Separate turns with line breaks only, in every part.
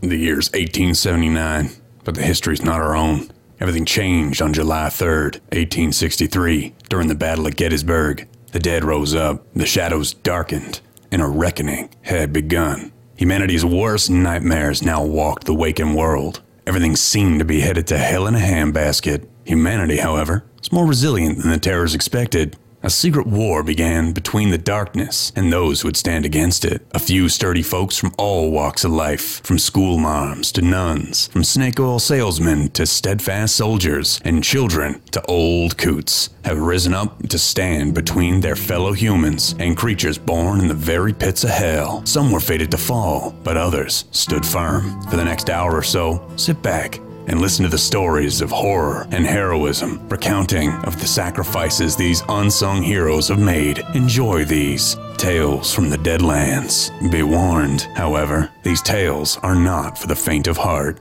The year's 1879, but the history's not our own. Everything changed on July 3rd, 1863, during the Battle of Gettysburg. The dead rose up, the shadows darkened, and a reckoning had begun. Humanity's worst nightmares now walked the waking world. Everything seemed to be headed to hell in a handbasket. Humanity, however, is more resilient than the terrors expected. A secret war began between the darkness and those who would stand against it. A few sturdy folks from all walks of life, from schoolmarms to nuns, from snake oil salesmen to steadfast soldiers, and children to old coots, have risen up to stand between their fellow humans and creatures born in the very pits of hell. Some were fated to fall, but others stood firm. For the next hour or so, sit back and listen to the stories of horror and heroism, recounting of the sacrifices these unsung heroes have made. Enjoy these tales from the Deadlands. Be warned, however, these tales are not for the faint of heart.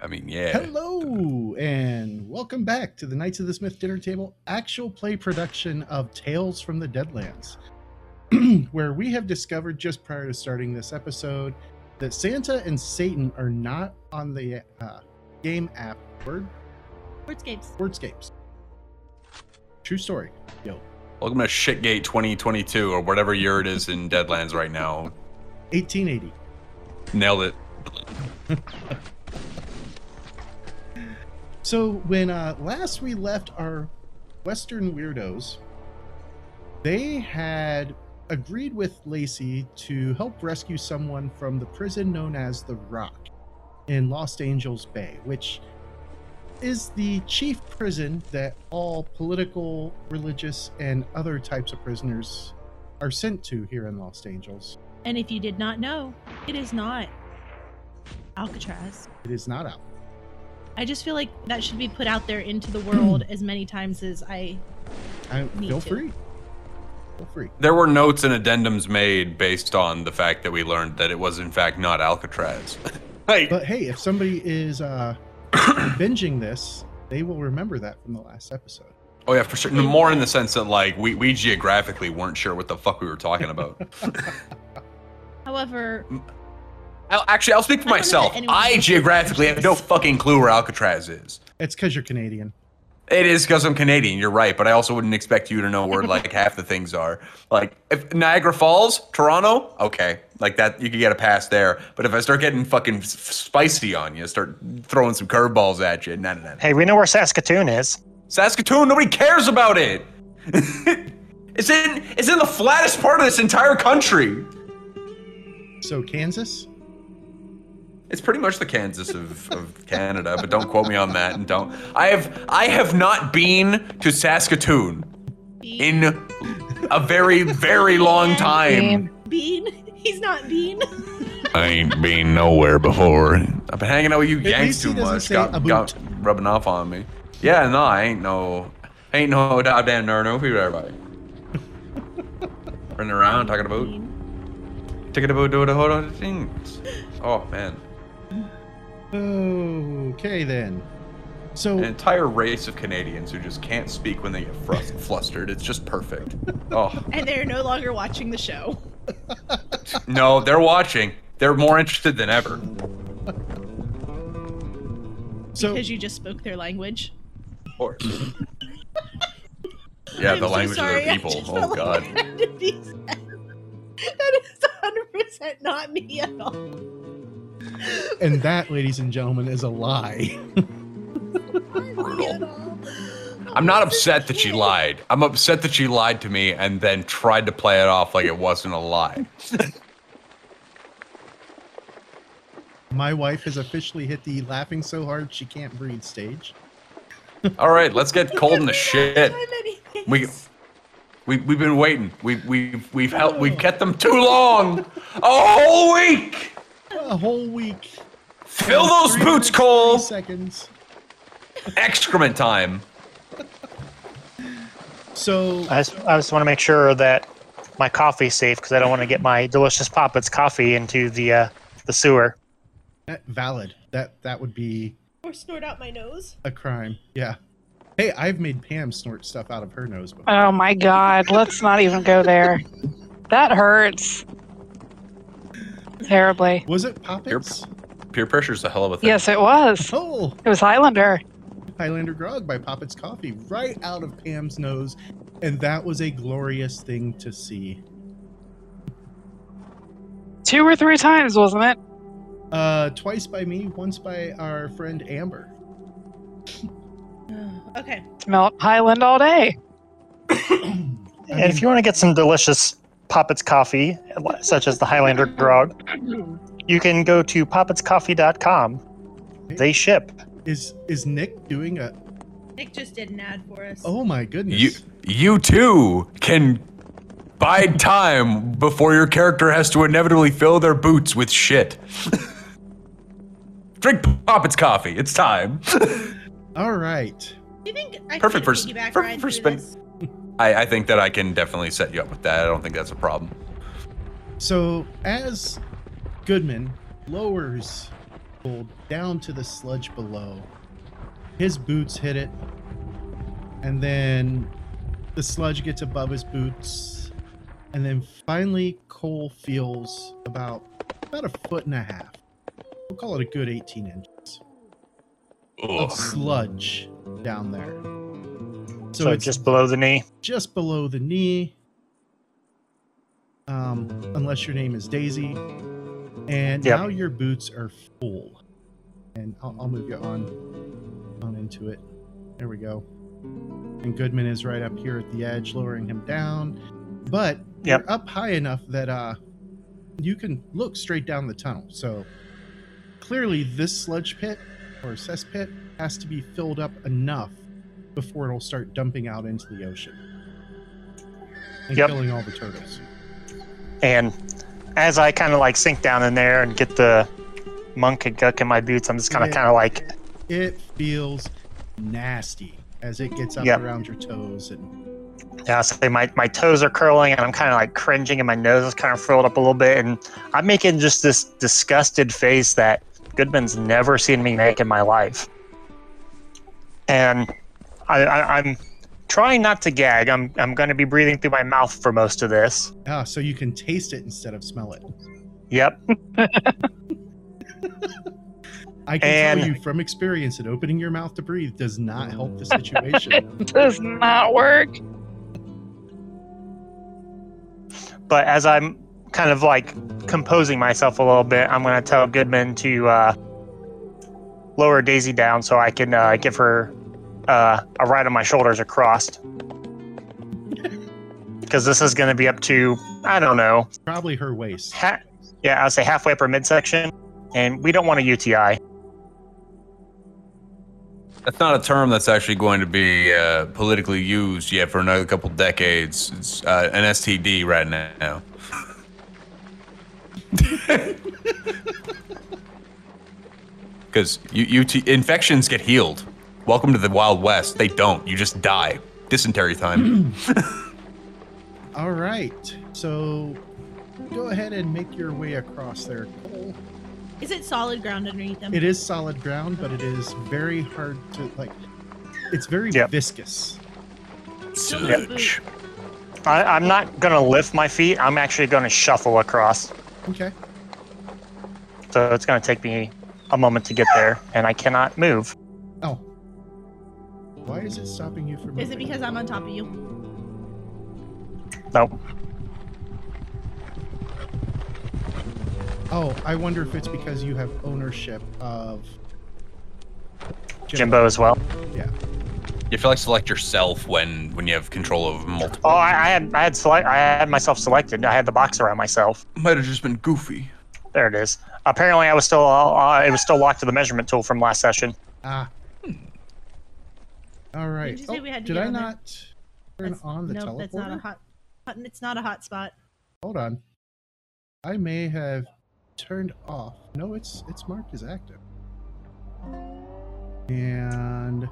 I mean, yeah.
Hello, and welcome back to the Knights of the Smith Dinner Table actual play production of Tales from the Deadlands, where we have discovered just prior to starting this episode that Santa and Satan are not on the uh, game app Word
Wordscapes.
Wordscapes. True story. Yo,
Welcome to Shitgate 2022 or whatever year it is in Deadlands right now.
1880.
Nailed it.
So when uh, last we left our Western weirdos, they had agreed with Lacey to help rescue someone from the prison known as the Rock in Lost Angels Bay, which is the chief prison that all political, religious, and other types of prisoners are sent to here in Lost Angels.
And if you did not know, it is not Alcatraz.
It is not out.
I just feel like that should be put out there into the world as many times as I.
I,
Me
feel
too.
free. Feel free.
There were notes and addendums made based on the fact that we learned that it was in fact not Alcatraz. hey,
But hey, if somebody is uh, binging this, they will remember that from the last episode.
oh yeah, for sure. More in the sense that like we, we geographically weren't sure what the fuck we were talking about.
However,
I'll, actually, I'll speak for
I don't know that
myself.
anyone-
I geographically have no fucking clue where Alcatraz is.
It's because you're Canadian.
It is because I'm Canadian. You're right, but I also wouldn't expect you to know where like half the things are. Like if Niagara Falls, Toronto, okay, like that you could get a pass there. But if I start getting fucking s- spicy on you, start throwing some curveballs at you, no, no, no.
Hey, we know where Saskatoon is.
Saskatoon, nobody cares about it. it's in it's in the flattest part of this entire country.
So Kansas,
It's pretty much the Kansas of, of Canada, but don't quote me on that. And don't I have I have not been to Saskatoon.
Bean.
in a very, very long time.
Bean. He's not Bean.
I ain't been nowhere before. I've been hanging out with you
least
Yanks
he
too
doesn't
much.
say
Got,
aboot.
got rubbing off on me. Yeah, no, I ain't no, ain't no goddamn nerd. No, people everybody. Running around talking about,
Bean.
talking about doing a whole lot of things. Oh man,
Okay then. So
an entire race of Canadians who just can't speak when they get frus- flustered. It's just perfect. Oh
And they're no longer watching the show.
no, they're watching. They're more interested than ever.
so
Because you just spoke their language.
Of course. yeah,
I'm
the
so
language of
sorry.
their
I
people.
just
Oh
felt like
god.
I had to be sad. That is 100% not me at all.
and that, ladies and gentlemen, is a lie.
Me at
Brutal.
all.
I'm not upset that she lied. I'm upset that she lied to me and then tried to play it off like it wasn't a lie.
My wife has officially hit the laughing so hard she can't breathe stage.
All right, let's get cold in the shit. We
We.
we we've been waiting. We we we've helped. We've kept them too long. A whole week.
A whole week.
Fill those
Three minutes,
boots, Cole.
three Seconds.
Excrement time.
So
I just, I just want to make sure that my coffee's safe because I don't want to get my delicious poppets coffee into the uh, the sewer.
that- valid. That that would be
Or snort out my nose.
a crime. Yeah. Hey, I've made Pam snort stuff out of her nose before.
Oh my god, let's not even go there. That hurts. terribly.
Was it Poppets?
Peer pressure is a hell of a thing.
Yes, it was.
Oh,
It was Highlander.
Highlander Grog by Poppets Coffee, right out of Pam's nose. And that was a glorious thing to see.
Two or three times, wasn't it?
Uh, twice by me, once by our friend Amber.
okay.
Smelt Highland all day.
I
and if
mean-
you want to get some delicious Poppets coffee, such as the Highlander Grog, you can go to poppetscoffee.com. They ship.
Is is Nick doing a?
Nick just did an ad for us.
Oh my goodness!
You you too can bide time before your character has to inevitably fill their boots with shit. Drink Poppet's coffee. It's time.
All right.
Do you think I
Perfect for
can
s-
piggyback
perfect
ride
for
through
spin-
this?
I, I think that I can definitely set you up with that. I don't think that's a problem.
So as Goodman lowers gold down to the sludge below, his boots hit it, and then the sludge gets above his boots, and then finally Cole feels about about a foot and a half. We'll call it a good 18 inches of sludge down there.
So,
So, it's
just below the knee.
just below the knee, um, unless your name is Daisy. And
Yep.
now your boots are full. And I'll, I'll move you on, on into it. There we go. And Goodman is right up here at the edge, lowering him down. But
Yep.
you're up high enough that uh, you can look straight down the tunnel. So clearly, this sludge pit or cesspit has to be filled up enough before it'll start dumping out into the ocean and
Yep.
killing all the turtles.
And as I kind of like sink down in there and get the monk and guck in my boots, I'm just kind of
Yeah.
kind of like
It feels nasty as it gets up
Yep.
around your toes and
Yeah, so they- my, my toes are curling and I'm kind of like cringing and my nose is kind of furled up a little bit. And I'm making just this disgusted face that Goodman's never seen me make in my life. And I, I, I'm trying not to gag. I'm, I'm going to be breathing through my mouth for most of this.
ah, so you can taste it instead of smell it.
Yep.
I can tell
And-
you from experience that opening your mouth to breathe does not help the situation.
Does not work.
But as I'm kind of like composing myself a little bit, I'm going to tell Goodman to uh, lower Daisy down so I can uh, give her uh, a ride on my shoulders across. Because this is going to be up to, I don't know,
Probably her waist.
ha- yeah, I'll say halfway up her midsection. And we don't want a UTI.
That's not a term that's actually going to be uh, politically used yet for another couple decades. It's uh, an STD right now. Because you, UT infections get healed. Welcome to the Wild West. They don't. You just die. Dysentery time.
All right. So go ahead and make your way across there. Cole.
Is it solid ground underneath them?
It is solid ground, but it is very hard to like. It's very
Yep.
viscous.
Sludge.
I, I'm not going to lift my feet. I'm actually going to shuffle across.
Okay.
So it's going to take me a moment to get there. And I cannot move.
Oh. Why is it stopping you from?
Is it
moving?
because I'm on top of you?
Nope.
Oh, I wonder if it's because you have ownership of
Jimbo as well.
Yeah.
You feel like select yourself when when you have control of multiple.
Oh, I, I had I had select I had myself selected. I had the box around myself.
Might have just been goofy.
There it is. Apparently, I was still uh, it was still locked to the measurement tool from last session.
Ah. All right.
you
Oh,
say we had to
did
get
I
on there?
not turn
That's-
on the
nope,
teleporter?
that's not a hot. hot- It's not a hot spot.
Hold on. I may have turned off. No, it's it's marked as active. And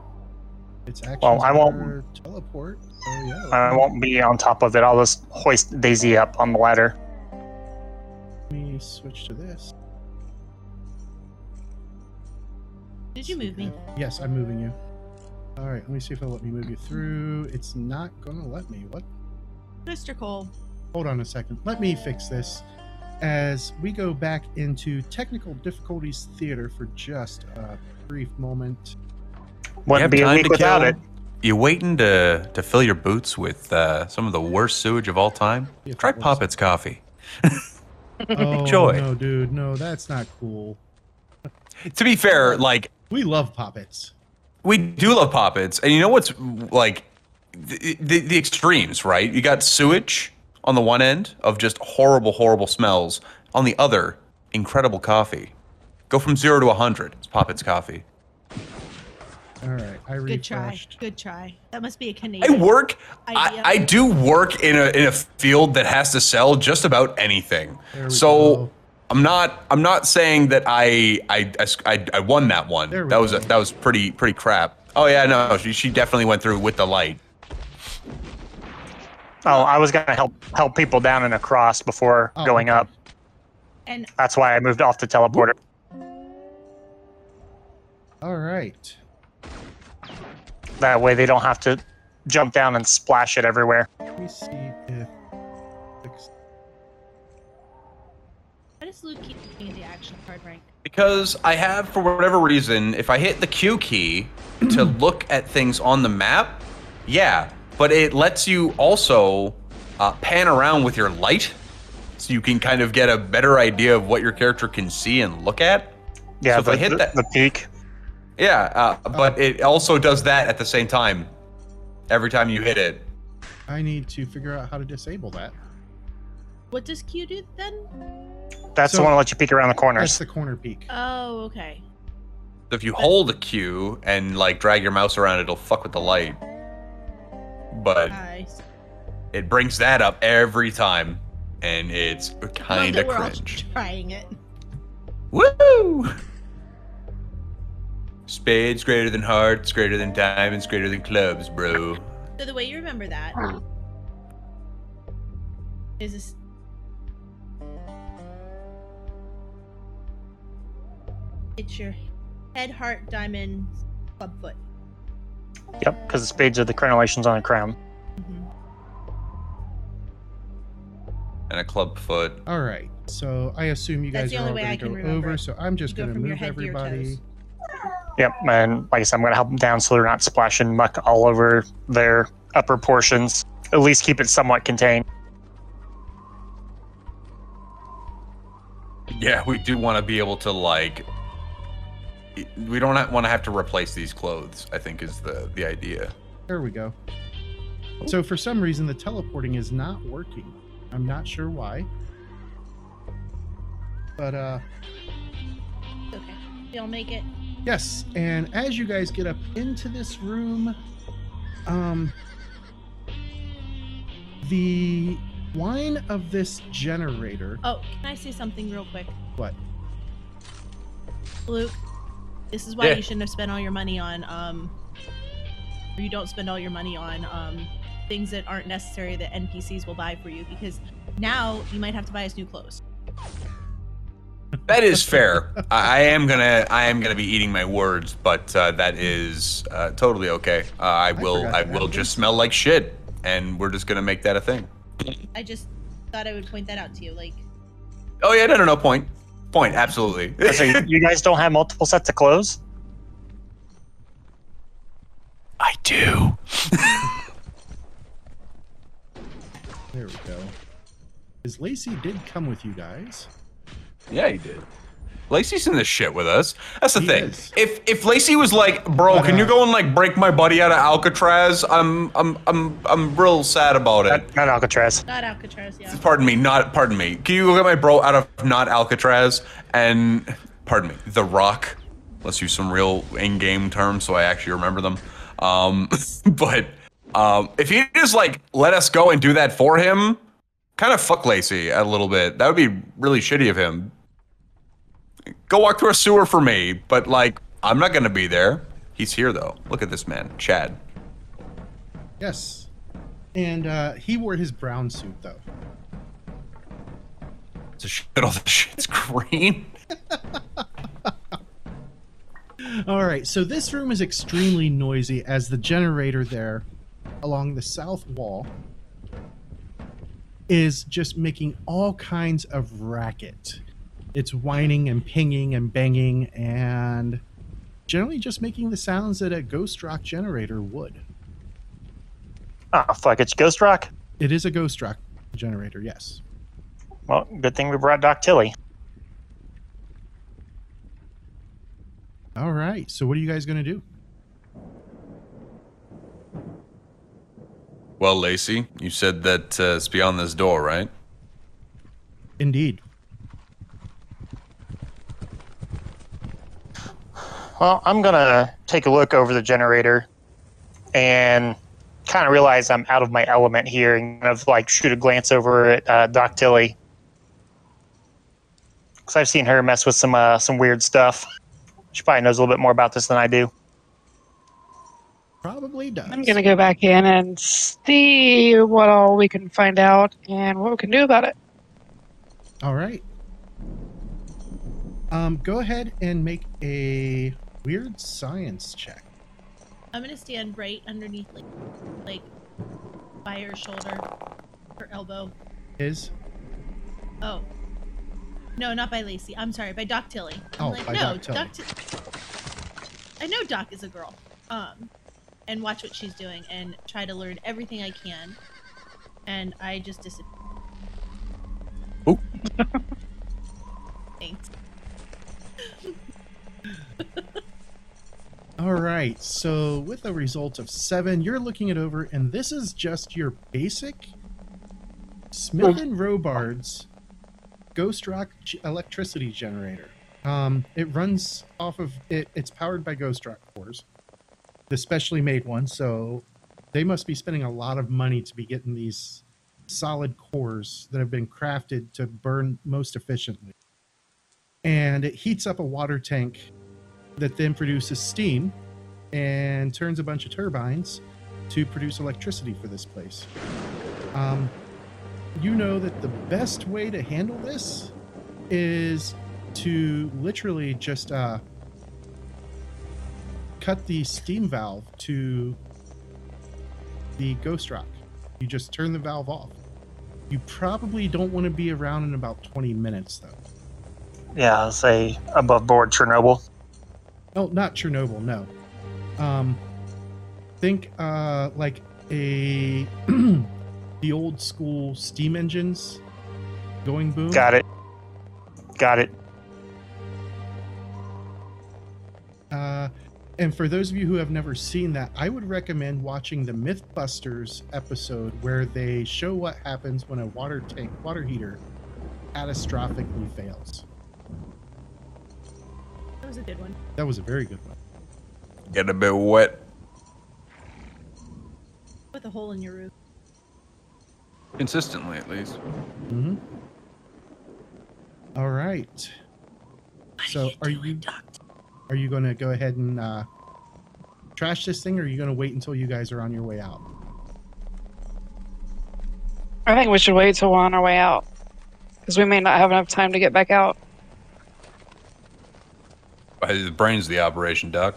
it's actually
Well, I won't-
teleport. Oh yeah.
I won't be on top of it. I'll just hoist Daisy up on the ladder.
Let me switch to this.
Did you move me?
Yes, I'm moving you. All right, let me see if it'll let me move you through. It's not gonna let me. What?
Mr. Cole.
Hold on a second. Let me fix this. as we go back into technical difficulties theater for just a brief moment.
Wouldn't
You
be
have
a
time
week
to
without
kill?
it.
You waiting to to fill your boots with uh, some of the worst sewage of all time?
If
Try
it works.
Poppet's coffee.
Oh,
Enjoy.
No, dude, no, that's not cool.
To be fair, like
We love poppets.
we do love Poppets, and you know what's like the, the, the extremes, right? You got sewage on the one end of just horrible, horrible smells. On the other, incredible coffee. Go from zero to a hundred. It's Poppet's coffee.
All right, I
Good try.
refreshed.
Good try. That must be a
I
Canadian.
work. I,
Idea.
I do work in a in a field that has to sell just about anything.
There we
So
go.
I'm not I'm not saying that I I, I s- I- I won that one.
There we
That was a,
go.
that was pretty pretty crap. Oh yeah, no, she, she definitely went through with the light.
Oh, I was gonna help help people down and across before
Oh,
going
okay.
up.
And
That's why I moved off the teleporter.
All right.
That way they don't have to jump down and splash it everywhere.
Let me see if.
why does Luke keep looking at the action card rank?
Because I have, for whatever reason, if I hit the Q key to look at things on the map, yeah, but it lets you also uh, pan around with your light so you can kind of get a better idea of what your character can see and look at.
Yeah,
So if I
the,
hit
the-
that-
the peak.
Yeah, uh, but it also does that at the same time every time you hit it.
I need to figure out how to disable that.
What does Q do then?
That's
So-
the one that lets you peek around the
That's
corners.
the corner peak.
Oh, okay.
So if you hold a Q and like drag your mouse around, it'll fuck with the light. But
I see.
it brings that up every time, and it's
Love
kind
that
of
we're all
cringe.
trying it.
Woo! Spades greater than hearts, greater than diamonds, greater than clubs, bro.
So the way you remember that is this. It's your head, heart, diamond, club foot.
Yep, because the spades are the crenellations on a crown.
Mm-hmm.
And a club foot.
All right. So I assume you
That's
guys
the
are all
only way I
going to
can
go
remember
over.
it.
So I'm just
Go
going to
from your
move
head to your
everybody.
toes.
Yep, and like I said, I'm gonna help them down so they're not splashing muck all over their upper portions. At least keep it somewhat contained.
Yeah, we do want to be able to like. We don't want to have to replace these clothes. I think is the the idea.
There we go. So for some reason, the teleporting is not working. I'm not sure why. But uh,
Okay. We all make it.
Yes, and as you guys get up into this room, um, the whine of this generator.
Oh, can I say something real quick?
What?
Luke, this is why
Yeah.
you shouldn't have spent all your money on um or you don't spend all your money on um things that aren't necessary that NPCs will buy for you because now you might have to buy us new clothes.
That is fair. I, I am gonna I am gonna be eating my words, but uh, that is uh, totally okay. Uh, I will
forgot
I
to
will
add
just smell like shit, and we're just gonna make that a thing.
I just thought I would point that out to you. Like
Oh yeah, no no no point point absolutely.
So you you guys don't have multiple sets of clothes?
I do.
There we go. Because Lacey did come with you guys.
Yeah, he did. Lacey's in this shit with us. That's the
He
thing.
is.
If if Lacey was like, bro,
But,
can
uh,
you go and like break my buddy out of Alcatraz? I'm I'm I'm I'm real sad about it.
Not, not Alcatraz.
not Alcatraz, yeah.
Pardon me, not pardon me. Can you go get my bro out of not Alcatraz and pardon me, The Rock? Let's use some real in-game terms so I actually remember them. Um, but um, if he just like let us go and do that for him, kind of fuck Lacey a little bit. That would be really shitty of him. Go walk through a sewer for me, but like I'm not gonna be there. He's here though. Look at this man, Chad.
Yes. And uh, he wore his brown suit, though.
It's a shit. All the shit's green.
All right, so this room is extremely noisy as the generator there along the south wall is just making all kinds of racket. It's whining and pinging and banging and generally just making the sounds that a ghost rock generator would.
Oh fuck! It's Ghost Rock.
It is a ghost rock generator, yes.
Well, good thing we brought Doc Tilly.
All right. So what are you guys going to do?
Well, Lacey, you said that uh, it's beyond this door, right?
Indeed.
Well, I'm gonna take a look over the generator, and kind of realize I'm out of my element here, and kind of like shoot a glance over at uh, Doc Tilly, because I've seen her mess with some uh, some weird stuff. She probably knows a little bit more about this than I do.
Probably does.
I'm gonna go back in and see what all we can find out and what we can do about it.
All right. Um, go ahead and make a weird science check.
I'm gonna stand right underneath, like, like by her shoulder, her elbow.
Is
Oh, no, not by Lacey. I'm sorry, by Doc Tilly. I'm
Oh,
like,
by
no,
Doc Tilly.
Doc. Ti- I know Doc is a girl. Um, and watch what she's doing and try to learn everything I can. And I just disappear.
Ooh.
Thanks.
all right. So with a result of seven, you're looking it over, and this is just your basic Smith and Robards ghost rock g- electricity generator. Um, it runs off of it. It's powered by ghost rock cores, the specially made one. So they must be spending a lot of money to be getting these solid cores that have been crafted to burn most efficiently. And it heats up a water tank that then produces steam and turns a bunch of turbines to produce electricity for this place. Um, you know that the best way to handle this is to literally just uh, cut the steam valve to the ghost rock. You just turn the valve off. You probably don't want to be around in about 20 minutes, though.
Yeah, I'll say above board Chernobyl.
Oh, not Chernobyl. No. Um, think uh, like a the old school steam engines going boom.
Got it. Got it.
Uh, and for those of you who have never seen that, I would recommend watching the MythBusters episode where they show what happens when a water tank water heater catastrophically fails.
That was a good one.
That was a very good one.
Get a bit wet.
With a hole in your roof.
Consistently, at least.
Mm-hmm. All right. So are you are you going to go ahead and uh, trash this thing, or are you going to wait until you guys are on your way out?
I think we should wait till we're on our way out, because we may not have enough time to get back out.
Uh, The brain's the operation, Doc.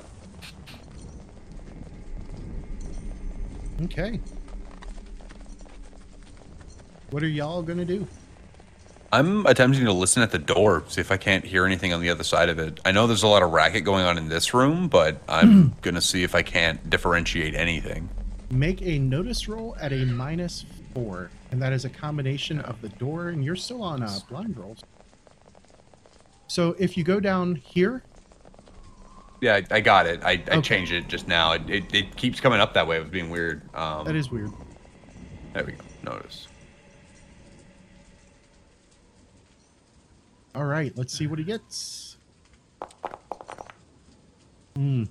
Okay. What are y'all going to do?
I'm attempting to listen at the door, see if I can't hear anything on the other side of it. I know there's a lot of racket going on in this room, but I'm gonna see if I can't differentiate anything.
Make a notice roll at a minus four, and that is a combination of the door, and you're still on uh, blind rolls. So if you go down here,
Yeah, I, I got it. I, I
Okay.
changed it just now. It, it, it keeps coming up that way. It was being weird. Um,
that is weird.
There we go. Notice.
All right, let's see what he gets. Hmm.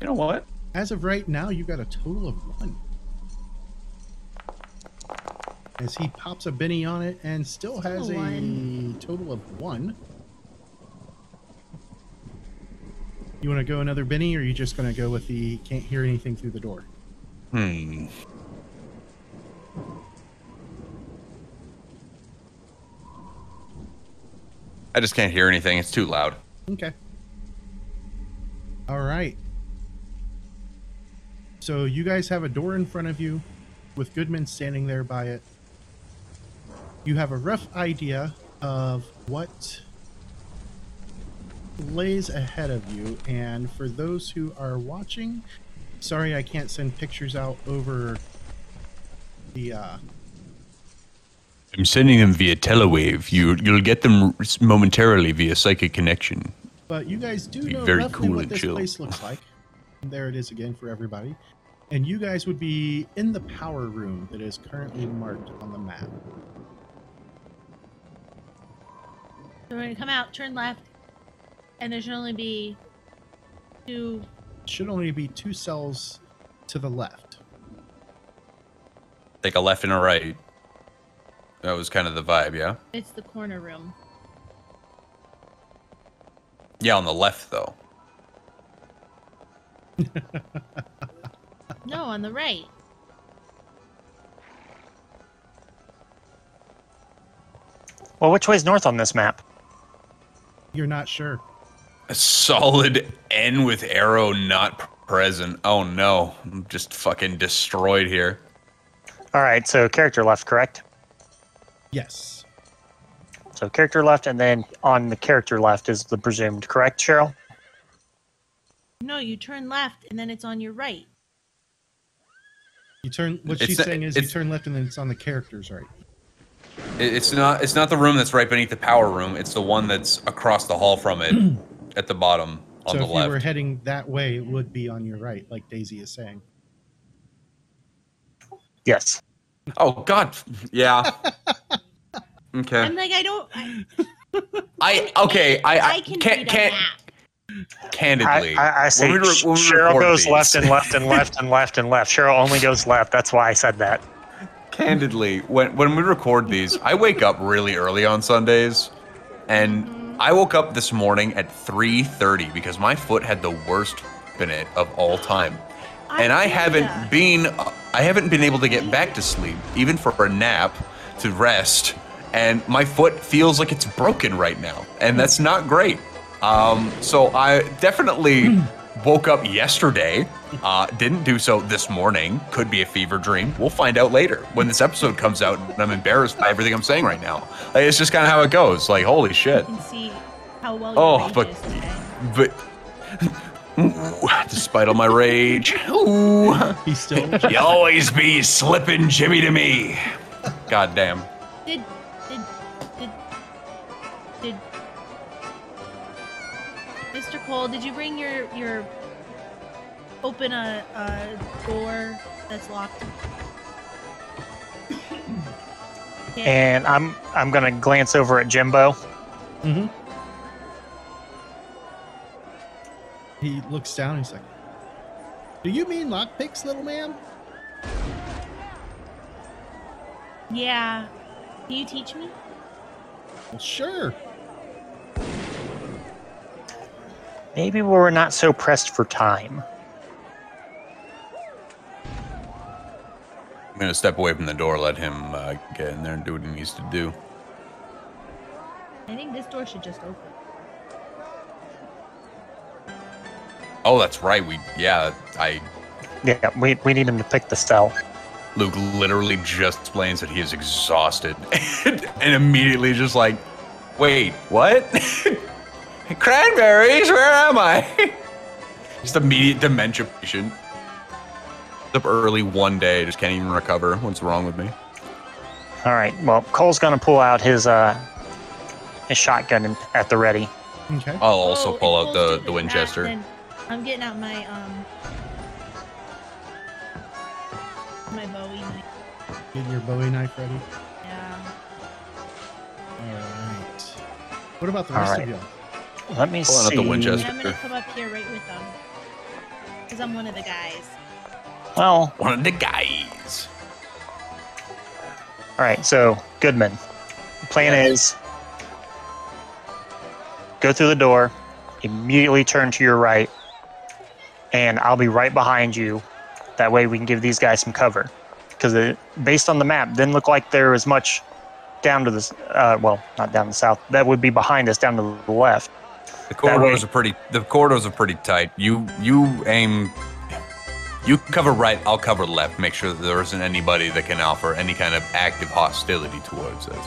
You know what?
As of right now, you got a total of one. As he pops a Benny on it and still
Still
has
a
a
one.
total of one. You want to go another Benny, or are you just going to go with the can't hear anything through the door?
Hmm. I just can't hear anything. It's too loud.
Okay. All right. So you guys have a door in front of you with Goodman standing there by it. you have a rough idea of what lays ahead of you. And for those who are watching, sorry I can't send pictures out over the. Uh,
I'm sending them via telewave. You you'll get them momentarily via psychic connection.
but you guys do
Be
know
very
roughly
cool
what
and
this
chill.
place looks like. There it is again for everybody. And you guys would be in the power room that is currently marked on the map.
So we're gonna come out, turn left, and there should only be two.
Should only be two cells to the left.
Take a left and a right. That was kind of the vibe, yeah.
It's the corner room.
Yeah, on the left though.
No, on the right.
Well, which way's north on this map?
You're not sure.
A solid N with arrow not present. Oh no, I'm just fucking destroyed here.
All right, so character left, correct?
Yes.
So character left, and then on the character left is the presumed, correct, Cheryl?
No, you turn left, and then it's on your right.
You turn. What
It's
she's
the-
saying is you
it's-
turn left and then it's on the characters right.
It- It's not. It's not the room that's right beneath the power room. It's the one that's across the hall from it, at the bottom on
so
the
if you were
left.
heading that way, it would be on your right, like Daisy is saying.
Yes.
Oh God. Yeah. okay.
I'm like, I don't. I,
I okay. I,
I can
can't
read
can't
a map.
I,
candidly.
I, I say
When we re-
Sh-
when we
Cheryl
record
goes
these.
left and left and left and left and left. Cheryl only goes left. That's why I said that.
candidly when when we record these i wake up really early on sundays and
Mm-hmm.
i woke up this morning at 3.30 because my foot had the worst in it of all time and i
feel ya.
haven't been i haven't been able to get back to sleep even for a nap to rest and my foot feels like it's broken right now and that's not great um, so i definitely woke up yesterday uh, didn't do so this morning could be a fever dream we'll find out later when this episode comes out and i'm embarrassed by everything i'm saying right now Like, it's just kind of how it goes like holy shit
You can see how well. Your
Oh,
range
but-
is today.
but Ooh, despite all my rage ooh,
He's still.
you always be slipping jimmy to me god damn
Did did did did Mr. Cole? Did you bring your your open a, a door that's locked? Okay.
And I'm I'm gonna glance over at Jimbo.
hmm He looks down. He's like, "Do you mean lockpicks, little man?"
yeah. Can you teach me?
Well, sure.
Maybe we're not so pressed for time.
i'm gonna step away from the door let him uh, get in there and do what he needs to do
I think this door should just open.
oh that's right we yeah i
Yeah, we, we need him to pick the cell.
Luke literally just explains that he is exhausted and immediately just like, wait, what? Cranberries, where am I? just immediate dementia patient. Up early one day, just can't even recover. What's wrong with me?
All right. Well, Cole's gonna pull out his uh his shotgun and- at the ready.
Okay.
I'll also
Oh,
pull
if
out the,
Cole's
the
doing that,
Winchester.
then I'm getting out my um my Bowie knife.
Getting your Bowie knife ready.
Yeah.
All right. What about the
All
rest of
right.
y'all?
Let me
Pulling out
see.
the Winchester.
And I'm gonna come up here right with them. Because I'm one of the guys.
Well,
One of the guys.
all right. So Goodman, plan is go through the door, immediately turn to your right, and I'll be right behind you. That way we can give these guys some cover, because based on the map, didn't look like there was much down to the s- uh, well, not down the south. That would be behind us down to the left.
The corridors
way-
are pretty. The corridors are pretty tight. You you aim. You cover right, I'll cover left. Make sure that there isn't anybody that can offer any kind of active hostility towards us.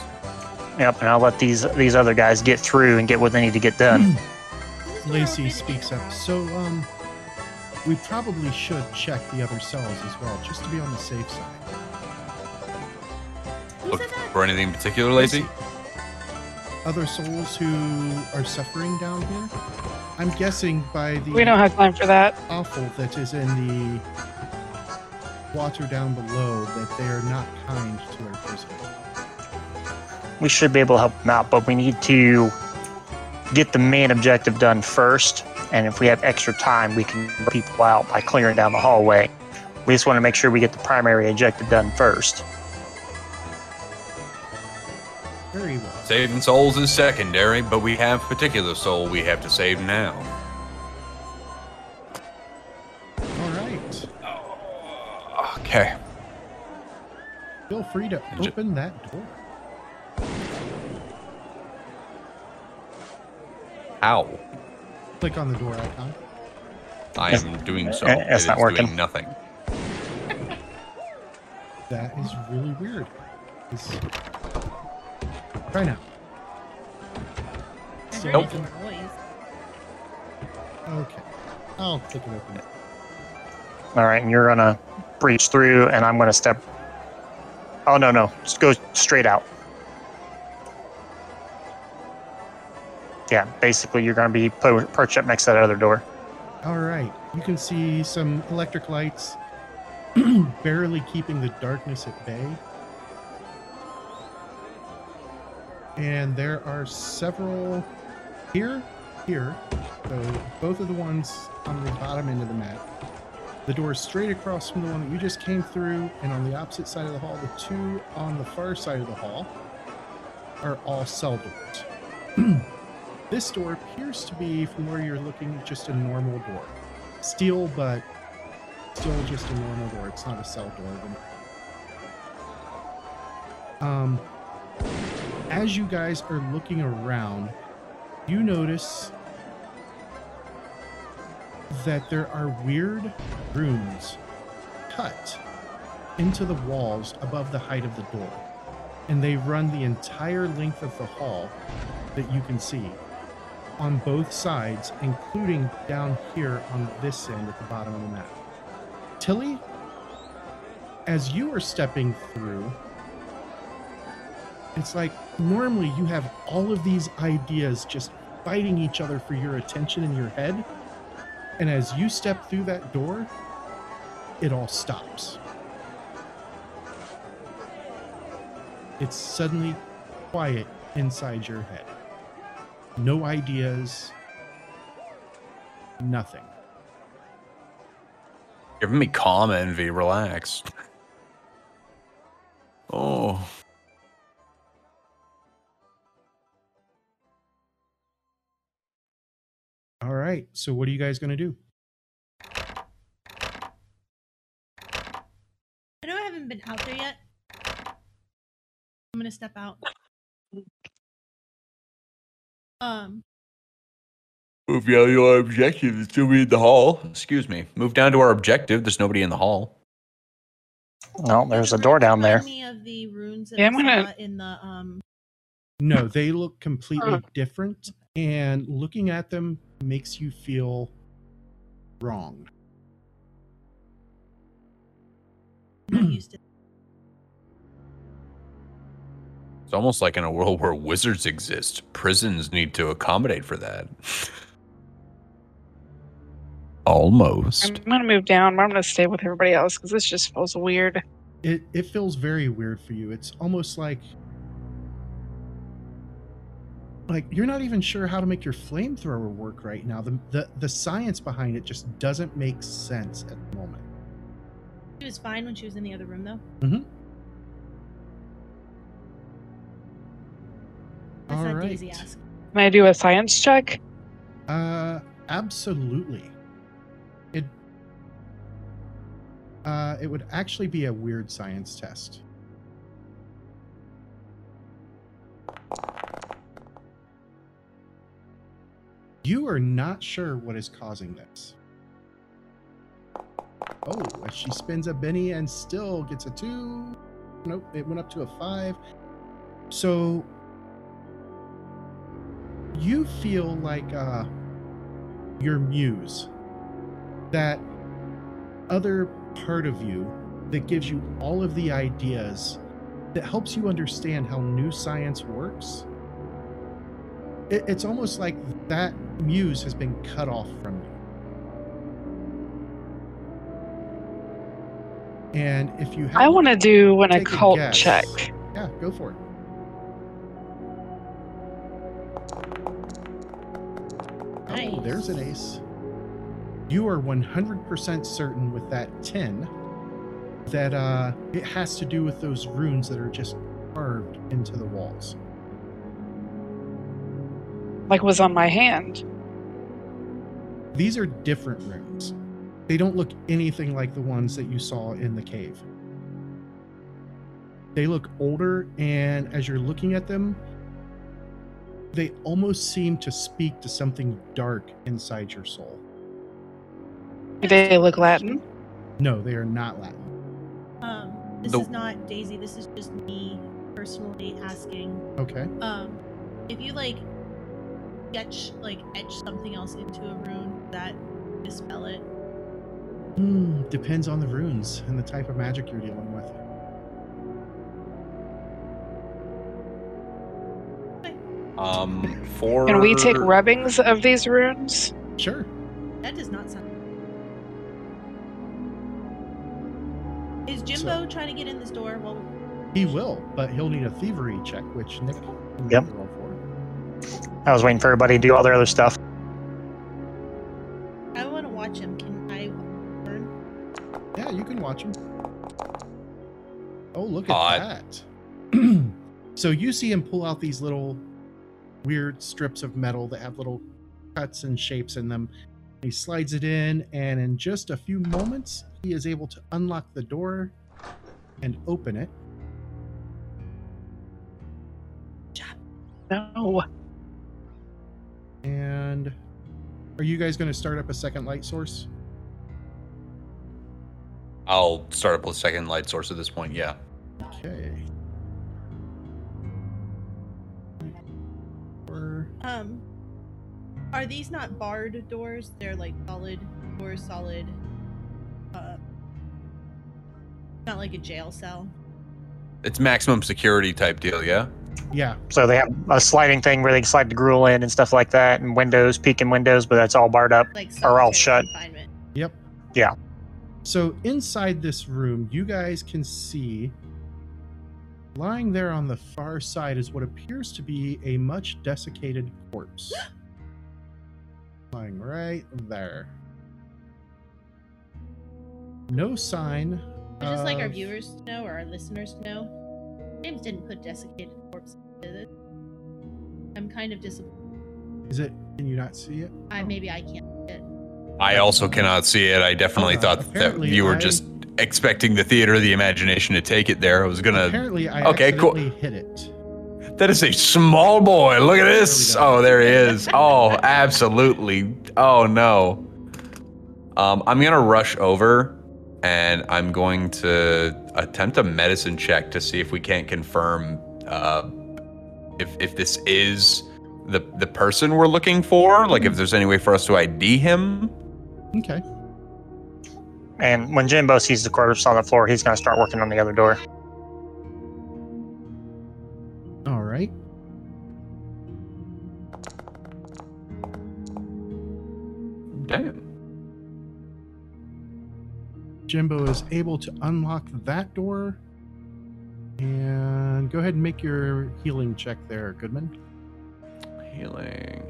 Yep, and I'll let these these other guys get through and get what they need to get done.
Lacey speaks up. So, um, we probably should check the other cells as well, just to be on the safe side.
Who
Look
said that?
for anything in particular, Lacey?
Other souls who are suffering down here. I'm guessing by the
We don't have time for that.
awful that is in the water down below that they are not kind to their prisoner.
We should be able to help them out, but we need to get the main objective done first. And if we have extra time, we can help people out by clearing down the hallway. We just want to make sure we get the primary objective done first.
Very well.
Saving souls is secondary, but we have particular soul we have to save now.
All right.
Okay.
Feel free to
Ju-
open that door.
How?
Click on the door icon.
I am doing so.
Eh, it's
It
not
is
working.
Doing nothing.
That is really weird. It's- Try now.
I
So-
heard
Nope.
it in your voice.
Okay. I'll click it open.
All right, and you're gonna breach through, and I'm gonna step. Oh no, no, just go straight out. Yeah, basically, you're gonna be po- perched up next to that other door.
All right. You can see some electric lights barely keeping the darkness at bay. And there are several here, here. So both of the ones on the bottom end of the map. The door is straight across from the one that you just came through, and on the opposite side of the hall, the two on the far side of the hall are all cell doors. This door appears to be, from where you're looking, just a normal door. Steel, but still just a normal door. It's not a cell door. Um, as you guys are looking around, you notice that there are weird runes cut into the walls above the height of the door. And they run the entire length of the hall that you can see on both sides, including down here on this end at the bottom of the map. Tilly, as you are stepping through, it's like normally you have all of these ideas just fighting each other for your attention in your head. And as you step through that door, it all stops. It's suddenly quiet inside your head. No ideas, nothing.
Giving me calm envy. Relax. Oh.
All right. So what are you guys going to do?
I know I haven't been out there yet. I'm gonna step out. Um,
Move down to our objective. There's nobody in the hall. Excuse me. Move down to our objective. There's nobody in the hall.
No, there's a
does it
door down
remind
there.
Me of the runes that
Yeah,
I
I'm gonna-
saw in the um.
No, they look completely
Huh.
different, and looking at them makes you feel wrong.
I'm used to.
It's almost like in a world where wizards exist, prisons need to accommodate for that.
I'm
almost.
gonna move down. but I'm gonna stay with everybody else because this just feels weird.
It it feels very weird for you. It's almost like like you're not even sure how to make your flamethrower work right now. The the the science behind it just doesn't make sense at the moment.
She was fine when she was in the other room, though.
Mm-hmm.
Mhm.
That's
All
not
right.
Daisy ask.
Can I do a science check?
Uh, absolutely. It uh, it would actually be a weird science test. You are not sure what is causing this. Oh, and she spins a Benny and still gets a two. Nope, it went up to a five. So you feel like uh, your muse, that other part of you that gives you all of the ideas that helps you understand how new science works. It, it's almost like that muse has been cut off from you. And if you have,
I want to do an
Take a
occult
guess.
check.
yeah, go for it. Oh, there's an ace. You are 100% certain with that 10 that uh, it has to do with those runes that are just carved into the walls.
Like was on my hand.
These are different runes. They don't look anything like the ones that you saw in the cave. They look older, and as you're looking at them, they almost seem to speak to something dark inside your soul.
Do they look Latin?
No, they are not Latin.
Um, this
The-
is not Daisy. This is just me personally asking.
Okay.
Um, if you like etch like etch something else into a rune that dispel it.
Hmm, depends on the runes and the type of magic you're dealing with.
Um, four.
Can we take rubbings of these runes?
Sure.
That does not sound. Is Jimbo trying to get in this door? Well,
He will, but he'll need a thievery check, which Nick can
Yep.
roll for.
I was waiting for everybody to do all their other stuff.
I want to watch him. Can I learn?
Yeah, you can watch him. Oh, look at
Odd.
that. so you see him pull out these little weird strips of metal that have little cuts and shapes in them. He slides it in, and in just a few moments, he is able to unlock the door and open it.
No.
And are you guys going to start up a second light source?
I'll start up with second light source at this point. Yeah.
Okay. Or
Um, are these not barred doors? They're like solid doors, solid. Uh, not like a jail cell.
It's maximum security type deal. Yeah.
yeah,
So they have a sliding thing where they can slide the gruel in and stuff like that, and windows, peeking windows, but that's all barred up.
Like
Are
solitary
all shut.
Confinement.
yep.
Yeah.
So inside this room, you guys can see lying there on the far side is what appears to be a much desiccated corpse. lying right there. No sign.
I'd just
Uh,
like our
of-
viewers to know or our listeners to know. James didn't put desiccated corpses into this. I'm kind of disappointed.
Is it? Can you not see it?
I Maybe I can't. see it.
I also cannot see it. I definitely
Uh,
thought that
apparently
you were
I-
just expecting the theater of the imagination to take it there. I was gonna.
Apparently, I
okay, cool.
accidentally hit it.
That is a small boy. Look at this.
There we go.
Oh, there he is. Oh, absolutely. Oh no. Um, I'm gonna rush over, and I'm going to attempt a medicine check to see if we can't confirm uh, if if this is the the person we're looking for. Like if there's any way for us to ID him.
Okay.
And when Jimbo sees the corpse on the floor, he's gonna start working on the other door.
All right.
Damn.
Jimbo is able to unlock that door. And go ahead and make your healing check there, Goodman.
Healing.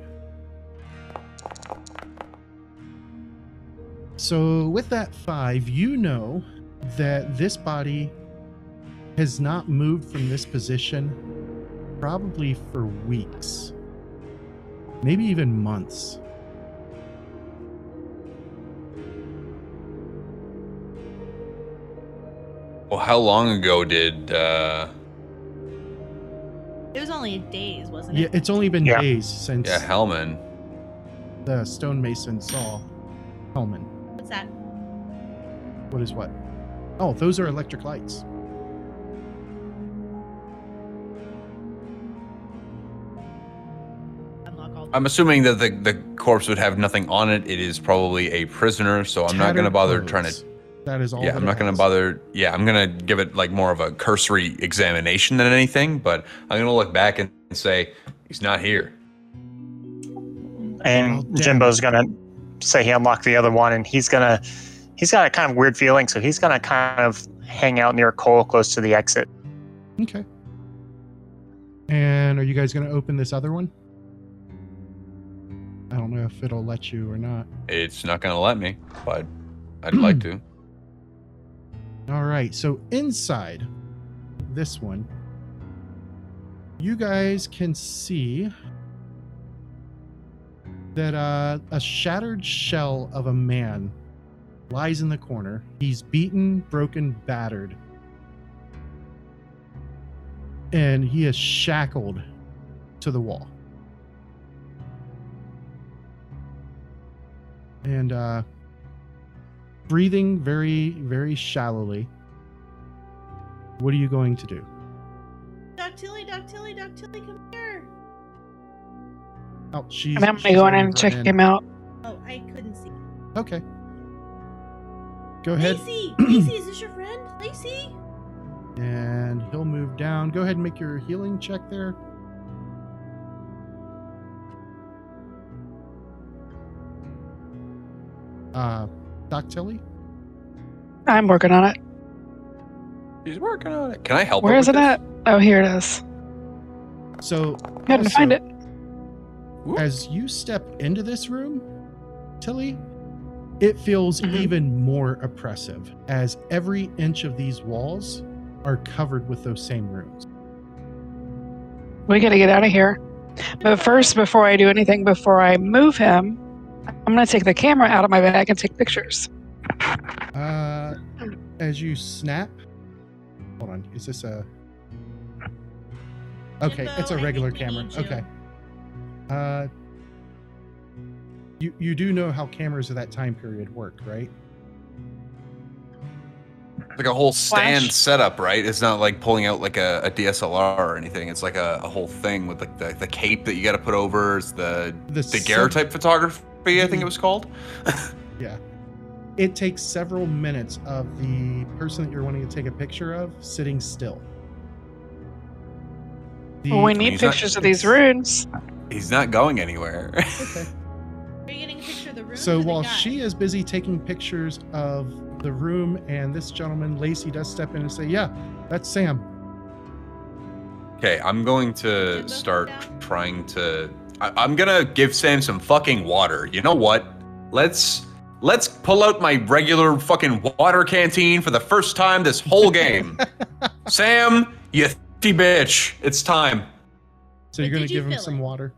So, with that five, you know that this body has not moved from this position probably for weeks, maybe even months.
Well, how long ago did uh
It was only days, wasn't
Yeah,
it?
it's only been
Yeah.
days since
yeah, Hellman?
the stonemason saw Hellman.
What's that?
What is what? Oh, those are electric lights.
Unlock all.
I'm assuming that the, the corpse would have nothing on it. It is probably a prisoner, so I'm not going to
Tattered
bother trying
clothes.
to.
That is all.
Yeah,
that
I'm
it
not going
has.
to bother. Yeah, I'm going to give it like more of a cursory examination than anything, but I'm going to look back and say, he's not here.
Oh,
and
damn.
Jimbo's gonna say he unlocked the other one, and he's gonna he's got a kind of weird feeling, so he's gonna kind of hang out near Cole, close to the exit.
Okay. And are you guys going to open this other one? I don't know if it'll let you or not.
It's not going to let me, but I'd like
Hmm.
to.
All right. So inside this one, you guys can see that uh, a shattered shell of a man lies in the corner. He's beaten, broken, battered. And he is shackled to the wall. And uh, breathing very, very shallowly. What are you going to do?
Doctilly, Doctilly, Doctilly, come here.
Oh, she's.
And I'm gonna
she's
go in
already
and
run
check
in.
him out.
Oh, I couldn't see.
Okay. Go ahead,
Lacey, Lacey, is this your friend? Lacey?
and he'll move down. Go ahead and make your healing check there. Uh, Doc Tilly.
I'm working on it.
He's working on it. Can I help him
Where is
with
it
this?
at? Oh, here it is.
So
Couldn't
Also-
find it.
as you step into this room, Tilly, it feels
Mhm.
even more oppressive as every inch of these walls are covered with those same rooms.
We gotta get out of here. But first, before I do anything, before I move him, I'm gonna take the camera out of my bag and take pictures.
Uh, as you snap, hold on, is this a? Okay,
Jimbo,
it's a
I
regular
think we
camera.
need you.
Okay. Uh, you you do know how cameras of that time period work, right?
like a whole
Flash.
stand setup, right? It's not like pulling out like a, a DSLR or anything. It's like a, a whole thing with like the, the daguerre that you got to put over. It's the
The
daguerreotype photography, I think
Hmm.
it was called.
it takes several minutes of the person that you're wanting to take a picture of sitting still. The-
Oh,
Well, we need
he's not-
pictures of these rooms.
He's not going anywhere.
Okay.
Are you getting a picture of the room?
So
or the
while
guy?
she is busy taking pictures of the room and this gentleman, Lacey does step in and say, Yeah, that's Sam.
okay, I'm going to
Jimbo,
start
down.
trying to. I, I'm gonna give Sam some fucking water. You know what? Let's let's pull out my regular fucking water canteen for the first time this whole game. Sam, you th- bitch, it's time.
So
But
you're going
did
to
you
give him
feel
some
it?
water.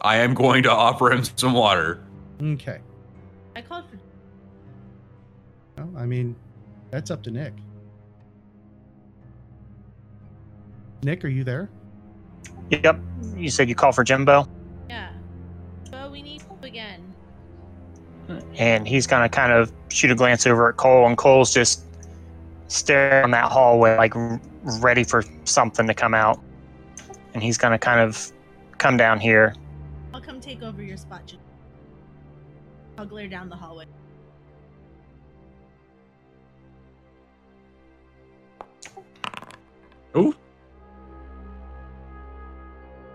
I am going to offer him some water.
Okay.
I called for.
Well, I mean, that's up to Nick. Nick, are you there?
Yep. You said you call for Jimbo,
Yeah. So we need you again.
and he's gonna kind of shoot a glance over at Cole, and Cole's just staring on that hallway, like r- ready for something to come out. And he's gonna kind of come down here.
I'll come take over your spot. Jim. I'll glare down the hallway.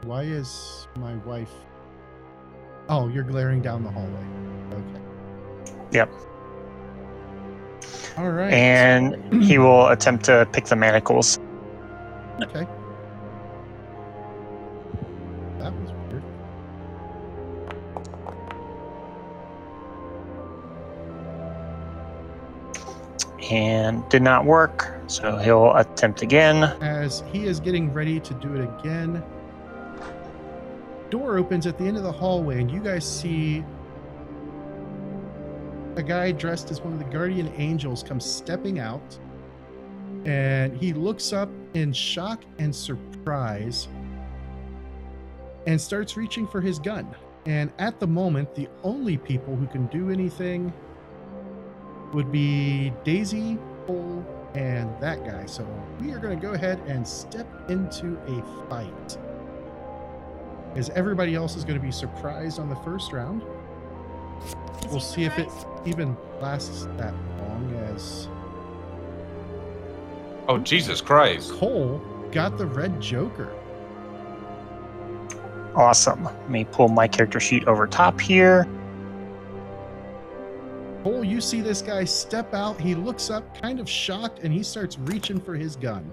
Why is my wife? Oh, you're glaring down the hallway. Okay.
Yep.
All right.
And he will attempt to pick the manacles.
okay. That was weird.
and did not work. So he'll attempt again.
As he is getting ready to do it again, door opens at the end of the hallway, and you guys see a guy dressed as one of the guardian angels come stepping out. And he looks up in shock and surprise and starts reaching for his gun. And at the moment, the only people who can do anything would be Daisy, Cole, and that guy. So we are going to go ahead and step into a fight. Because everybody else is going to be surprised on the first round.
Is
We'll
he
see if it
surprised?
even lasts that long as
Oh, Jesus Christ.
Cole got the red Joker.
Awesome. Let me pull my character sheet over top here.
Cole, you see this guy step out. He looks up, kind of shocked, and he starts reaching for his gun.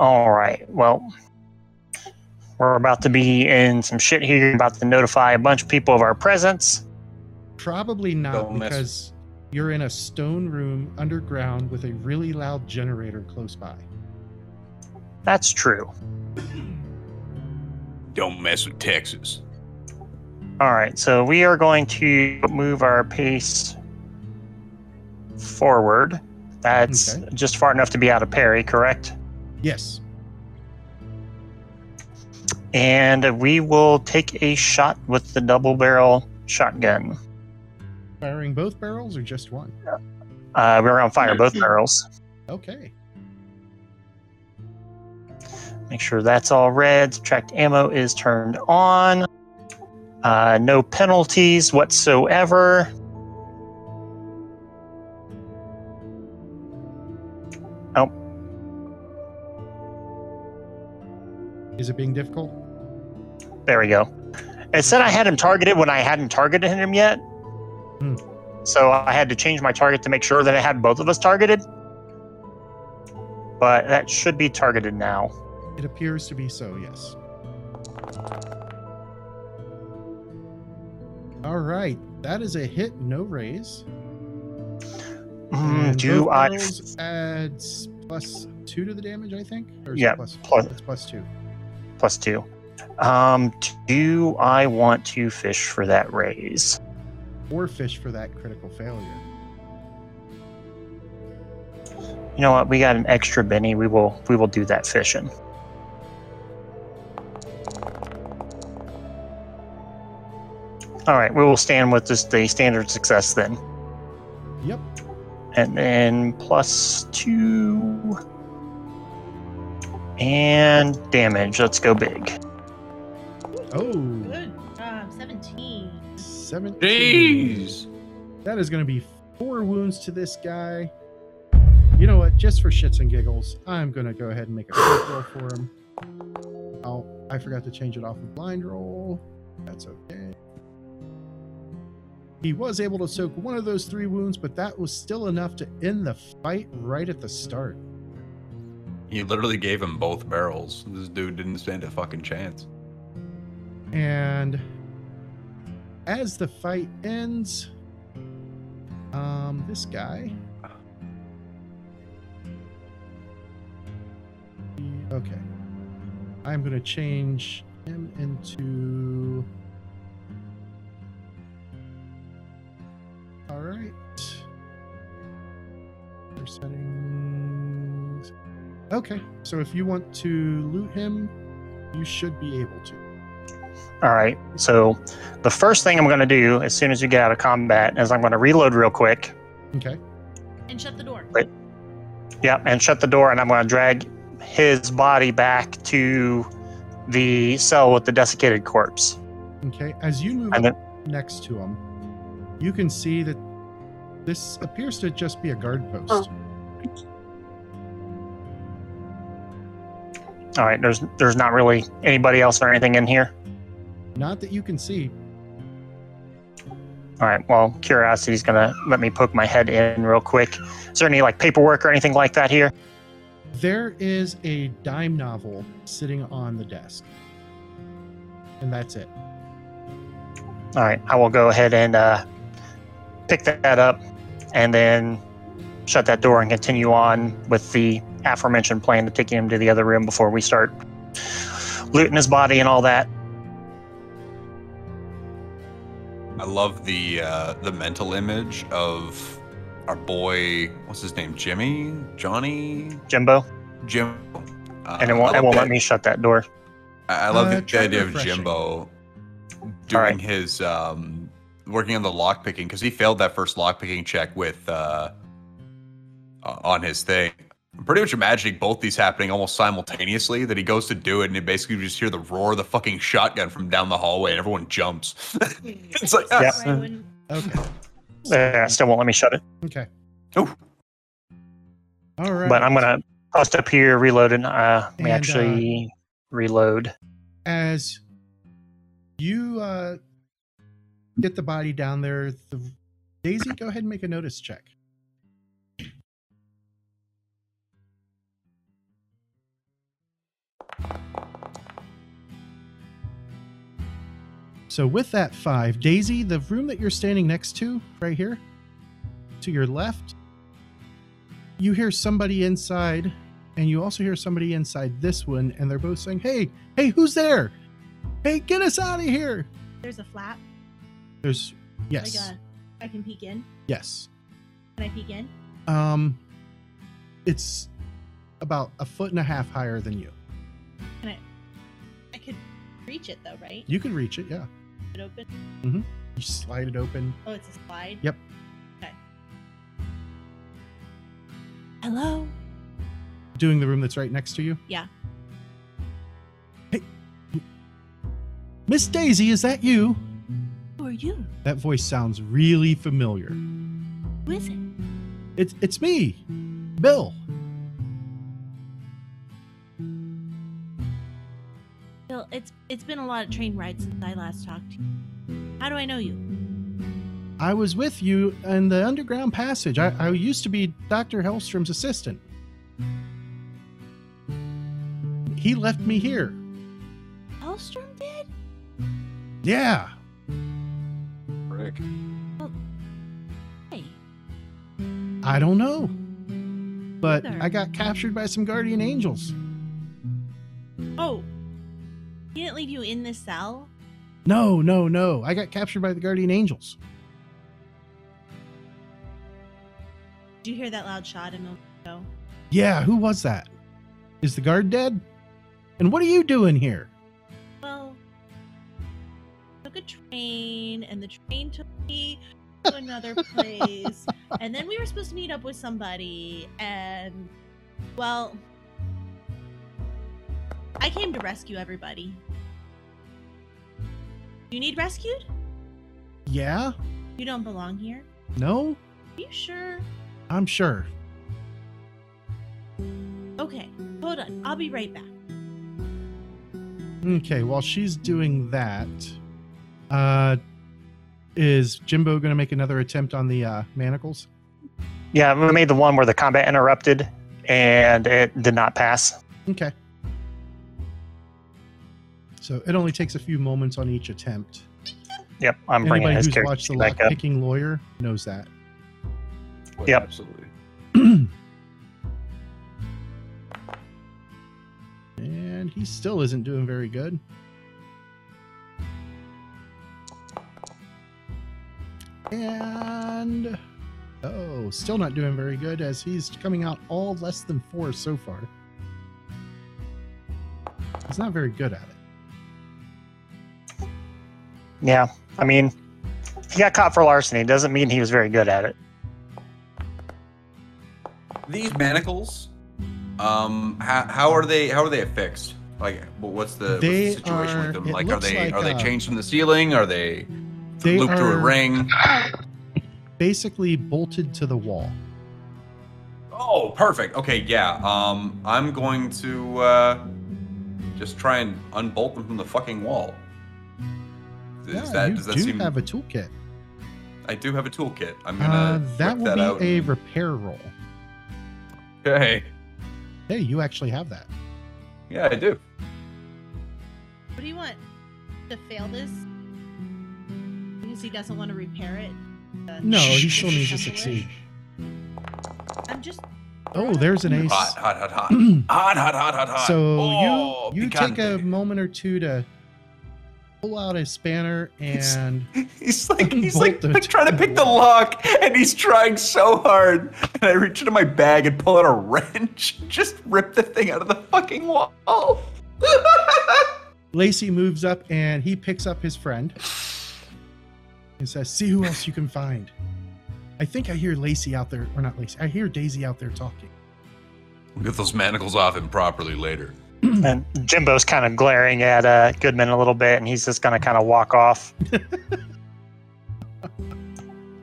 All right. Well, we're about to be in some shit here. About to notify a bunch of people of our presence.
Probably not
Don't mess-
because you're in a stone room underground with a really loud generator close by.
That's true.
Don't mess with Texas.
All right. So we are going to move our pace forward. That's
Okay.
just far enough to be out of parry, correct?
Yes.
And we will take a shot with the double barrel shotgun.
Firing both barrels or just one?
Uh, we're on fire, both barrels.
Okay.
Make sure that's all red. Subtract ammo is turned on. Uh, no penalties whatsoever.
Is it being difficult?
There we go. It said I had him targeted when I hadn't targeted him yet.
Hmm.
So I had to change my target to make sure that it had both of us targeted. But that should be targeted now.
It appears to be so, yes. All right. That is a hit, no raise.
Mm,
And
do
both
I?
barrels adds plus two to the damage, I think? Or is it
Yeah,
Plus,
plus-
it's plus two.
plus two. Um, do I want to fish for that raise?
Or fish for that critical failure.
You know what? We got an extra Benny. We will we will do that fishing. All right, we will stand with just the standard success then,
Yep.
and then plus two and damage. Let's go big.
Oh,
Good job, 17.
17.
Jeez.
That is going to be four wounds to this guy. You know what? Just for shits and giggles, I'm going to go ahead and make a quick roll for him. Oh, I forgot to change it off of blind roll. That's okay. He was able to soak one of those three wounds, but that was still enough to end the fight right at the start.
You literally gave him both barrels. This dude didn't stand a fucking chance.
And as the fight ends, um, this guy. Okay. I'm going to change him into. All right. Other settings. Okay. So if you want to loot him, you should be able to.
All right. So the first thing I'm going to do as soon as we get out of combat is I'm going to reload real quick.
Okay.
And shut the door.
Wait. Yep, and shut the door, and I'm going to drag his body back to the cell with the desiccated corpse.
Okay, as you move
And
up next to him, you can see that this appears to just be a guard post.
All right, there's there's not really anybody else or anything in here.
Not that you can see.
All right, well, curiosity's going to let me poke my head in real quick. Is there any like paperwork or anything like that here?
There is a dime novel sitting on the desk. And that's it.
All right, I will go ahead and uh, pick that up, and then shut that door and continue on with the aforementioned plan to take him to the other room before we start looting his body and all that.
I love the uh, the mental image of our boy. What's his name? Jimmy? Johnny?
Jimbo.
Jim? Uh,
and it
I
won't,
love
it won't
that-
let me shut that door.
I I love
Uh,
the
try
idea of
refreshing.
Jimbo doing
Alright.
his um working on the lock picking because he failed that first lock picking check with uh, uh, on his thing. I'm pretty much imagining both these happening almost simultaneously. That he goes to do it, and you basically just hear the roar of the fucking shotgun from down the hallway, and everyone jumps. it's like,
That
ah.
way I wouldn't-
Okay.
Yeah, still won't let me shut Uh, it.
Okay.
Ooh.
All right.
But I'm gonna post up here, reload, and uh, we
And, uh,
actually reload.
as you uh, get the body down there, the, Daisy, go ahead and make a notice check. So with that five, Daisy, the room that you're standing next to, right here, to your left, you hear somebody inside, and you also hear somebody inside this one, and they're both saying, "Hey, Hey, who's there? Hey, get us out of here.
There's a flap.
There's yes.
Like a, I can peek in.
yes.
Can I peek in?
Um it's about a foot and a half higher than you.
I could reach it though, right?
You can reach it, yeah.
It open.
You slide it open.
Oh, it's a slide.
Yep.
Okay. Hello.
Doing the room that's right next to you?
Yeah.
Hey. Miss Daisy, is that you?
Who are you?
That voice sounds really familiar.
Who is it?
It's it's me, Bill.
Bill, it's it's been a lot of train rides since I last talked to you. How do I know you?
I was with you in the underground passage. I, I used to be Dr. Hellstrom's assistant. He left me here.
Elstrom did?
Yeah.
Frick.
Hey.
I don't know. But
Sure.
I got captured by some guardian angels.
Oh. He didn't leave you in this cell?
No, no, no. I got captured by the guardian angels.
Did you hear that loud shot a moment ago?
Yeah, who was that? Is the guard dead? And what are you doing here?
Well, I took a train, and the train took me to another place, and then we were supposed to meet up with somebody, and well, I came to rescue everybody. You need rescued?
Yeah?
You don't belong here.
No?
Are you sure?
I'm sure.
Okay, hold on. I'll be right back.
Okay, while she's doing that, uh is Jimbo gonna make another attempt on the uh manacles?
Yeah, we made the one where the combat interrupted, and it did not pass.
Okay. So it only takes a few moments on each attempt.
Yep, I'm bringing
Anybody
his
who's watched
character
the
back up.
lockpicking lawyer knows that.
Oh,
Yep.
Absolutely.
and he still isn't doing very good. And oh, still not doing very good as he's coming out all less than four so far. He's not very good at it.
Yeah, I mean, he got caught for larceny. Doesn't mean he was very good at it.
These manacles, um, how, how are they? How are they affixed? Like, wh- what's the, what's the
They
situation
are-
with them?
it
Like, are
looks
they
like,
are they
uh,
changed from the ceiling? Are they,
They
looped through a
are
ring?
basically bolted to the wall.
Oh, perfect. Okay, yeah. Um, I'm going to uh, just try and unbolt them from the fucking wall. Is
Yeah,
that
you
does that
do
seem?
have a toolkit.
I do have a toolkit. I'm
Uh,
gonna
that will
whip that
be
out.
a repair roll.
Okay.
Hey, you actually have that.
Yeah, I do.
What do you want? To fail this? Because he doesn't want to repair it? Uh,
No, he still needs to succeed.
I'm just.
Oh, there's an
Hot,
ace.
hot, hot, hot, hot, hot, hot, hot, hot.
So
oh,
you you take a
picante.
moment or two to pull out a spanner
It's-
and
He's like he's like,
Unbolt it.
like trying to pick the lock, and he's trying so hard. And I reach into my bag and pull out a wrench, and just rip the thing out of the fucking wall.
Lacey moves up and he picks up his friend. and says, "See who else you can find." I think I hear Lacey out there, or not Lacey. I hear Daisy out there talking.
We'll get those manacles off him properly later.
And Jimbo's kind of glaring at uh, Goodman a little bit, and he's just going to kind of walk off.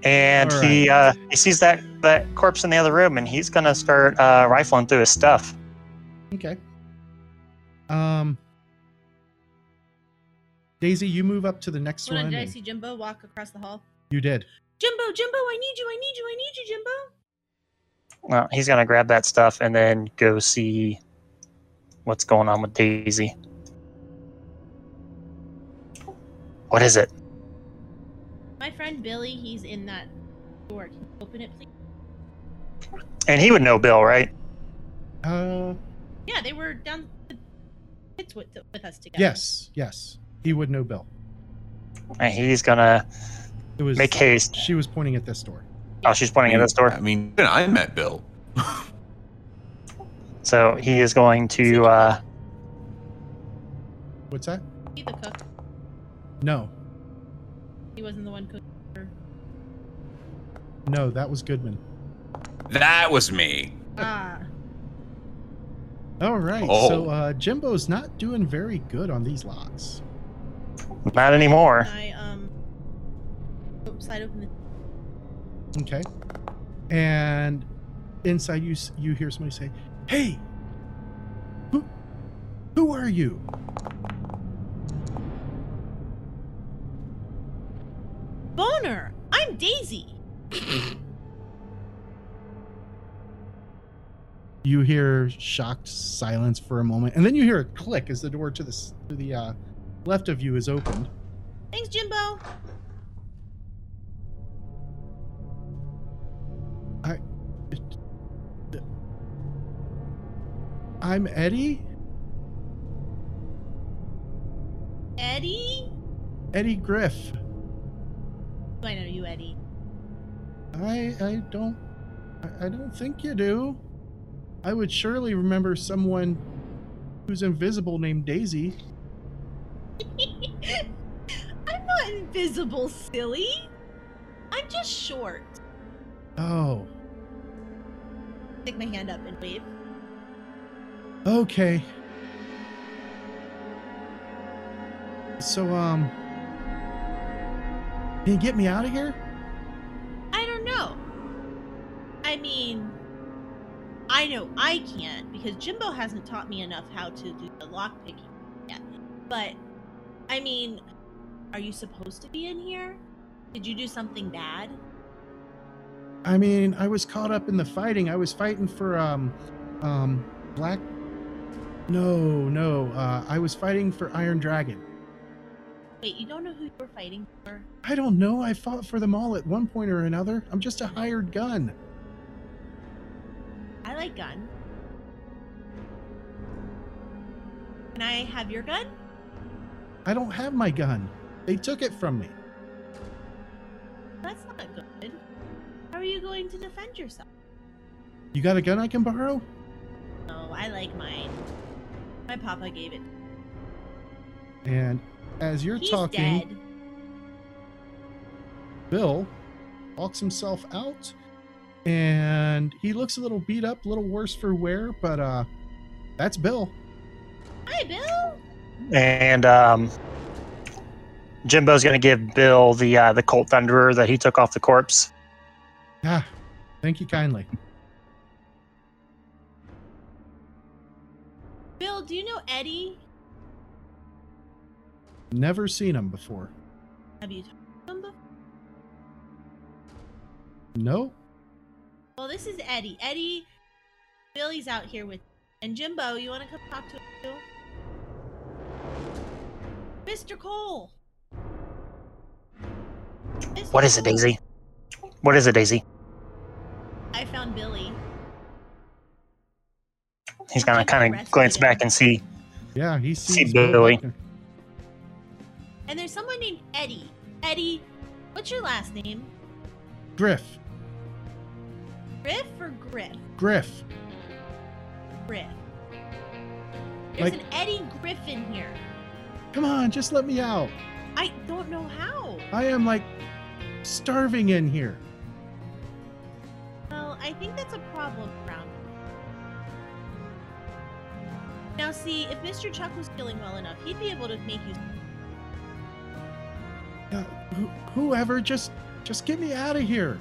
and he uh, he sees that that corpse in the other room, and he's going to start uh, rifling through his stuff.
Okay. Um, Daisy, you move up to the next
Hold
one.
on, did I
and-
see Jimbo walk across the hall?
You did.
Jimbo, Jimbo, I need you, I need you, I need you, Jimbo.
Well, he's going to grab that stuff and then go see what's going on with Daisy. What is it?
My friend Billy, he's in that door. Can you open it, please?
And he would know Bill, right?
Uh,
Yeah, they were down the kids with, with us together.
yes, yes. He would know Bill.
And he's going to
It was.
make haste.
She was pointing at this door.
Oh, she's pointing at this door.
I mean, even I met Bill.
So he is going to. Uh,
What's that?
He the cook.
No,
He wasn't the one cooking.
no, that was Goodman.
That was me.
Ah.
All right.
Oh.
So uh, Jimbo's not doing very good on these locks.
not anymore.
I um oh, slide open the
Okay. And inside you, s- you hear somebody say, "Hey, who, who are you?"
boner. I'm Daisy.
You hear shocked silence for a moment, and then you hear a click as the door to the s- to the uh, left of you is opened.
Thanks, Jimbo.
I'm Eddie,
Eddie?
Eddie Griff.
Do I know you, Eddie?
I I don't I, I don't think you do. I would surely remember someone who's invisible named Daisy.
I'm not invisible, silly. I'm just short.
Oh,
Stick my hand up and wave.
okay. So um, can you get me out of here?
I don't know. I mean, I know I can't because Jimbo hasn't taught me enough how to do the lock picking yet. But I mean, are you supposed to be in here? Did you do something bad?
I mean, I was caught up in the fighting. I was fighting for um um black no, no. Uh, I was fighting for Iron Dragon.
Wait, you don't know who you were fighting for?
I don't know. I fought for them all at one point or another. I'm just a hired gun.
I like gun. Can I have your gun?
I don't have my gun. They took it from me.
That's not good. How are you going to defend yourself?
You got a gun I can borrow?
No, I like mine. My papa gave it.
And as you're
He's
talking,
dead.
Bill walks himself out and he looks a little beat up, a little worse for wear, but uh that's Bill.
Hi, Bill.
And um, Jimbo's going to give Bill the uh, the Colt Thunderer that he took off the corpse.
Ah, thank you kindly.
Bill, do you know Eddie?
Never seen him before.
Have you talked to him before?
No?
Well, this is Eddie. Eddie, Billy's out here with, and Jimbo. You want to come talk to him? too? Mr. Cole. Mr.
What is it,
Cole,
Daisy? What is it, Daisy?
I found Billy.
He's going to kind of glance back and see.
Yeah, he sees
See Billy.
Buckner.
And there's someone named Eddie. Eddie, what's your last name?
Griff.
Griff or Griff?
Griff.
Griff. There's
Like-
an Eddie Griffin here.
Come on, just let me out.
I don't know how.
I am like starving in here.
Well, I think that's a problem around. Now, see, if Mr. Chuck was feeling well enough, he'd be able to make you.
Uh, wh- whoever, just just get me out of here.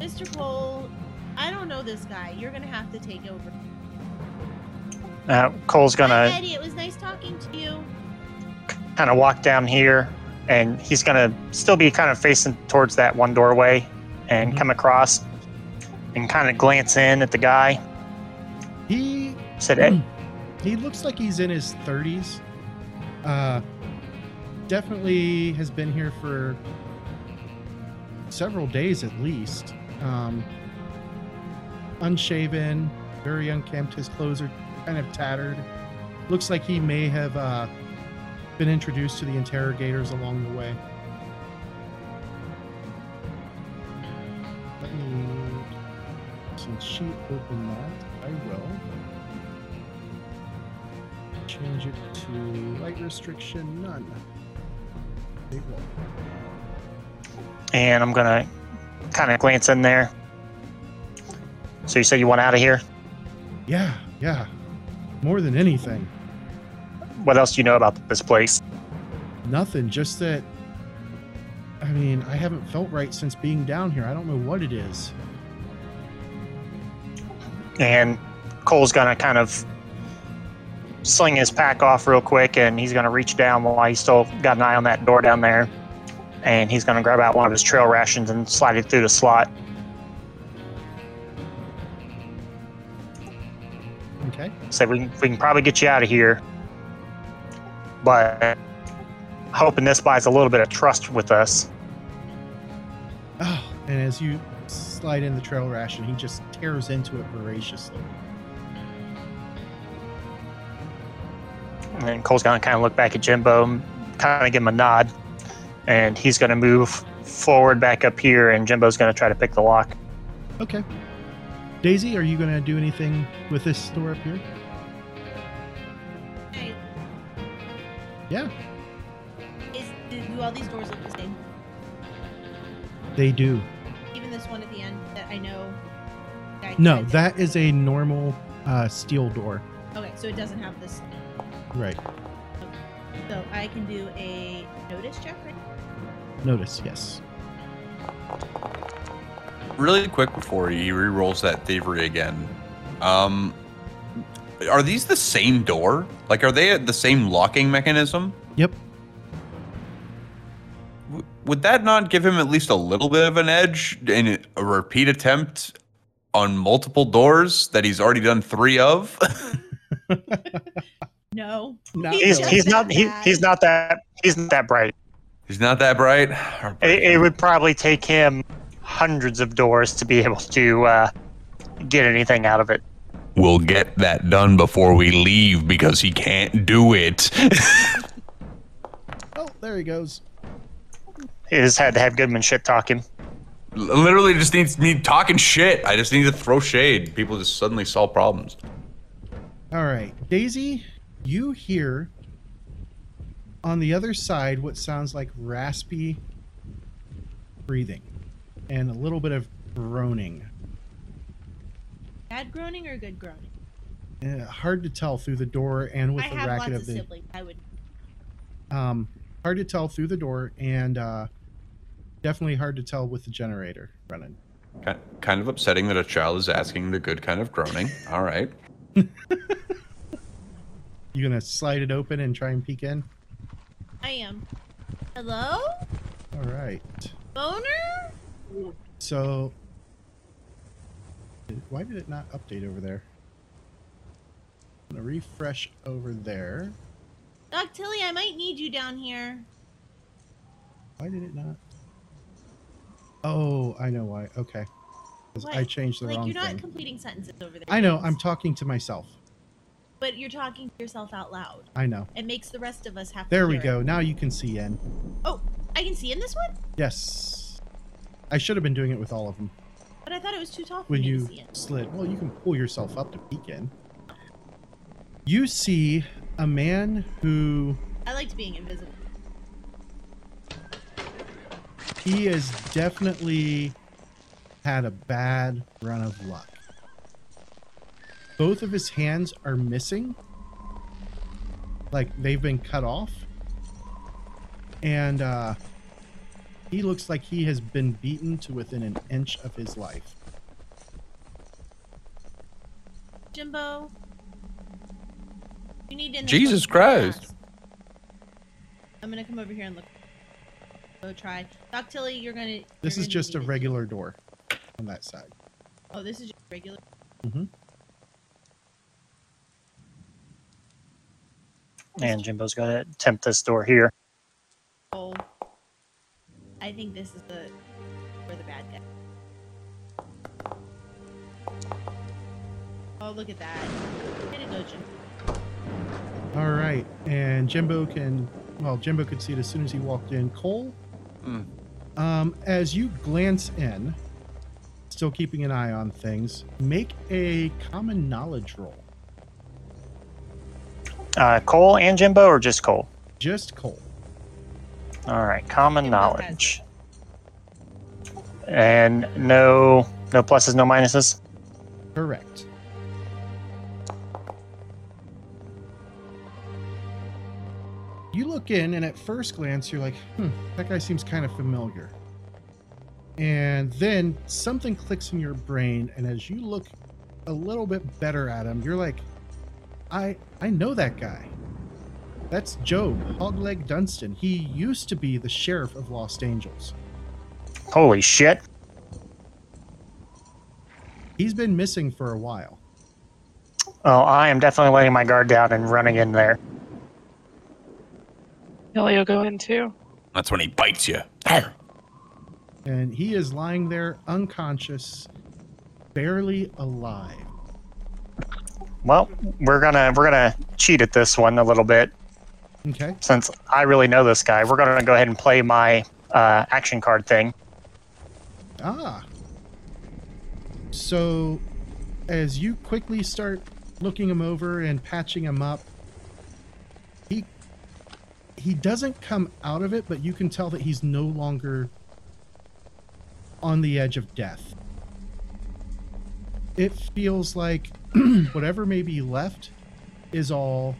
Mr. Cole, I don't know this guy. You're gonna have to take over.
Uh, Cole's
Hi,
gonna
Eddie. It was nice talking to you.
kind of walk down here, and he's gonna still be kind of facing towards that one doorway, and
Mhm.
come across, and kind of glance in at the guy.
He
Said, "Hey,
He looks like he's in his 30s. Uh, definitely has been here for several days at least. Um, unshaven, very unkempt. His clothes are kind of tattered. Looks like he may have uh, been introduced to the interrogators along the way. Let me- Since she opened that, I will change it to light restriction none. Big wall.
and I'm gonna kind of glance in there. So you said you want out of here?
Yeah, yeah. More than anything,
What else do you know about this place?
nothing. Just that. I mean, I haven't felt right since being down here. I don't know what it is.
And Cole's gonna kind of sling his pack off real quick, and he's gonna reach down while he's still got an eye on that door down there, and he's gonna grab out one of his trail rations and slide it through the slot.
Okay.
Say we can, we can probably get you out of here, but hoping this buys a little bit of trust with us.
Oh, and as you slide in the trail ration, he just tears into it voraciously.
And Cole's gonna kind of look back at Jimbo, and kind of give him a nod, and he's gonna move forward back up here, and Jimbo's gonna try to pick the lock.
Okay. Daisy, are you going to do anything with this door up here?
Hey.
Yeah.
Is do all these doors look the same?
They do.
Even this one at the end that I know. I
No,
can't-
that is a normal uh, steel door.
Okay, so it doesn't have this.
Right.
So I can do a notice check. Right?
Notice, yes.
Really quick before he re-rolls that thievery again. Um, are these the same door? Like, are they the same locking mechanism?
Yep.
W- would that not give him at least a little bit of an edge in a repeat attempt on multiple doors that he's already done three of?
No.
Not
He's,
really.
he's not he, he's not that he's not that bright.
he's not that bright.
It, it would probably take him hundreds of doors to be able to uh, get anything out of it.
We'll get that done before we leave because he can't do it.
Oh, there he goes.
He just had to have Goodman shit talk him.
Literally, just needs me talking shit. I just need to throw shade. People just suddenly solve problems.
All right, Daisy, you hear on the other side what sounds like raspy breathing and a little bit of groaning.
Bad groaning or good groaning?
Uh, hard to tell through the door and with
I
the
have lots
racket
of
of the
siblings. I would.
um, hard to tell through the door and uh, definitely hard to tell with the generator running.
Ki- Kind of upsetting that a child is asking the good kind of groaning. All right.
You gonna slide it open and try and peek in?
I am. Hello,
All right.
boner.
So, why did it not update over there? I'm gonna refresh over there.
Doc Tilly, I might need you down here.
Why did it not? Oh, I know why. Okay. 'Cause I
What?
changed the
like
wrong
you're not
thing.
completing sentences over there.
I know. I'm talking to myself.
but you're talking to yourself out loud.
I know.
It makes the rest of us have.
There
to
we
hear it.
go. Now you can see in.
I can see in this one,
Yes. I should have been doing it with all of them.
but I thought it was too tall for
When
me
you
to see it.
slid, well, you can pull yourself up to peek in. You see a man who
I liked being invisible.
He has definitely had a bad run of luck. Both of his hands are missing. Like they've been cut off. And uh, he looks like he has been beaten to within an inch of his life.
Jimbo. You need to.
Jesus Christ.
I'm gonna come over here and look. Go try. Doc Tilly, you're gonna. you're
This is
gonna
just a
need it.
regular door on that side.
Oh, this is just regular.
And Jimbo's got to attempt this door here.
Oh. I think this is the where the bad guy. Oh, look at that. Way to go, Jim.
All right, and Jimbo can, well, Jimbo could see it as soon as he walked in. Cole,
Hmm.
um, as you glance in, still keeping an eye on things, make a common knowledge roll.
Uh, Cole and Jimbo, or just Cole?
Just Cole.
All right, common
Jimbo has
knowledge. And no, no pluses, no minuses.
Correct. You look in, and at first glance, you're like, hmm, that guy seems kind of familiar. And then something clicks in your brain, and as you look a little bit better at him, you're like, I I know that guy. That's Job, Hogleg Dunstan. He used to be the sheriff of Lost Angels.
Holy shit!
He's been missing for a while.
Oh, I am definitely letting my guard down and running in there.
Billy will go in too.
That's when he bites you.
and he is lying there unconscious, barely alive.
Well, we're gonna we're gonna cheat at this one a little bit
Okay.
since I really know this guy. We're gonna go ahead and play my uh, action card thing.
Ah. So, as you quickly start looking him over and patching him up, he he doesn't come out of it, but you can tell that he's no longer on the edge of death. It feels like whatever may be left is all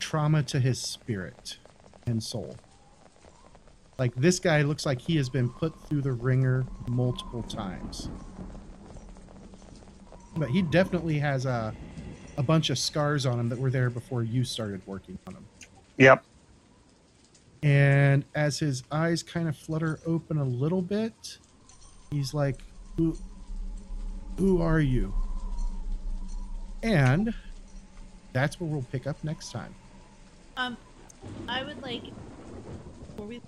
trauma to his spirit and soul. Like this guy looks like he has been put through the ringer multiple times. But he definitely has a a bunch of scars on him that were there before you started working on him.
Yep.
And as his eyes kind of flutter open a little bit, he's like, "Who who are you?" And that's where we'll pick up next time.
Um, I would like. Before we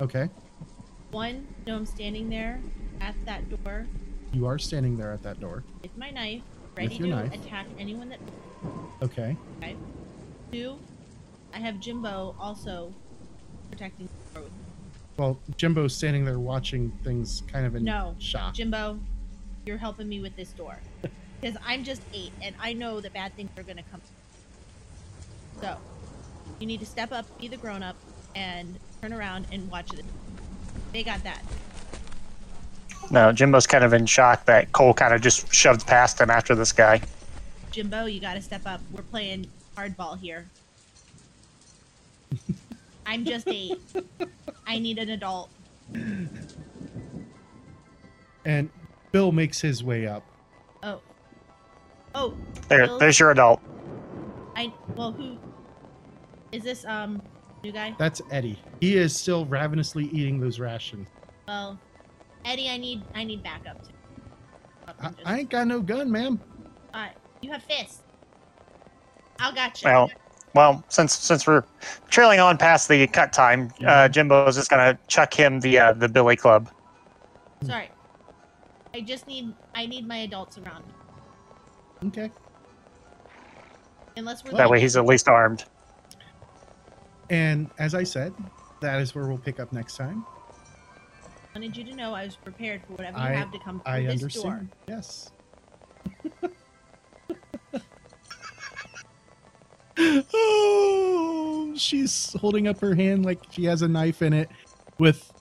Okay?
one, no, I'm standing there at that door
You are standing there at that door.
with my knife, ready
your
to
knife.
attack anyone that.
Okay.
Two, I have Jimbo also protecting. the door with me.
Well, Jimbo's standing there watching things kind of in
No,
shock.
Jimbo, you're helping me with this door because I'm just eight and I know that bad things are gonna come. So, you need to step up, be the grown up, and turn around and watch it. They got that.
No, Jimbo's kind of in shock that Cole kind of just shoved past him after this guy.
Jimbo, you gotta step up. We're playing hardball here. I'm just eight. I need an adult.
and Bill makes his way up.
Oh. Oh,
There,
Bill?
there's your adult.
I well who is this um new guy?
That's Eddie. He is still ravenously eating those rations.
Well Eddie, I need I need backup too.
I, I ain't got no gun, ma'am.
Alright, you have fists. I'll got you.
Well, well, since since we're trailing on past the cut time, uh, Jimbo's just gonna chuck him the uh, the Billy Club.
Sorry. I just need I need my adults around. me.
Okay.
Unless we're
That way
leaving.
he's at least armed.
And as I said, that is where we'll pick up next time.
I wanted you to know I was prepared for whatever
I-
you have to come through
I
this door.
understand. Yes. oh, she's holding up her hand like she has a knife in it with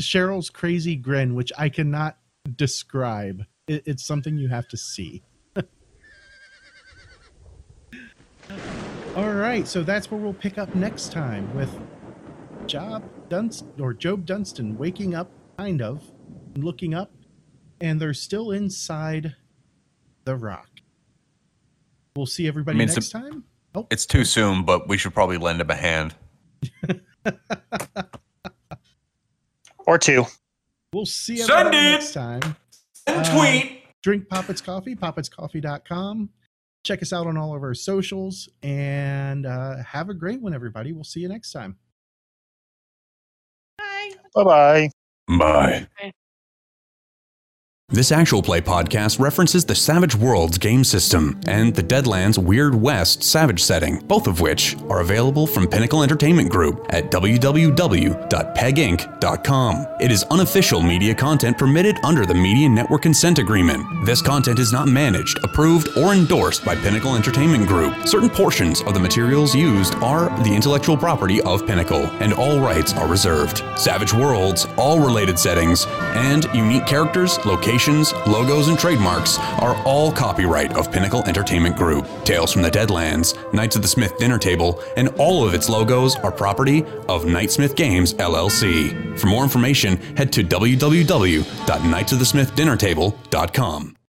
Cheryl's crazy grin, which I cannot describe. It, it's something you have to see. All right, so that's where we'll pick up next time with Job Dunstan or Job Dunstan waking up, kind of, and looking up, and they're still inside the rock. We'll see everybody
I mean,
next
some-
time.
It's too soon, but we should probably lend him a hand.
or two.
We'll see
Send
everybody
it!
next time. Uh, drink Poppets Coffee, poppetscoffee.com. Check us out on all of our socials and uh, have a great one, everybody. We'll see you next time.
Bye.
Bye bye.
Bye.
Okay.
This actual play podcast references the Savage Worlds game system and the Deadlands Weird West Savage setting, both of which are available from Pinnacle Entertainment Group at www.peginc.com. It is unofficial media content permitted under the Media Network Consent Agreement. This content is not managed, approved, or endorsed by Pinnacle Entertainment Group. Certain portions of the materials used are the intellectual property of Pinnacle, and all rights are reserved. Savage Worlds, all related settings, and unique characters, locations, logos, and trademarks are all copyright of Pinnacle Entertainment Group. Tales from the Deadlands, Knights of the Smith Dinner Table, and all of its logos are property of Knightsmith Games LLC. For more information, head to www.knightsofthesmithdinnertable.com.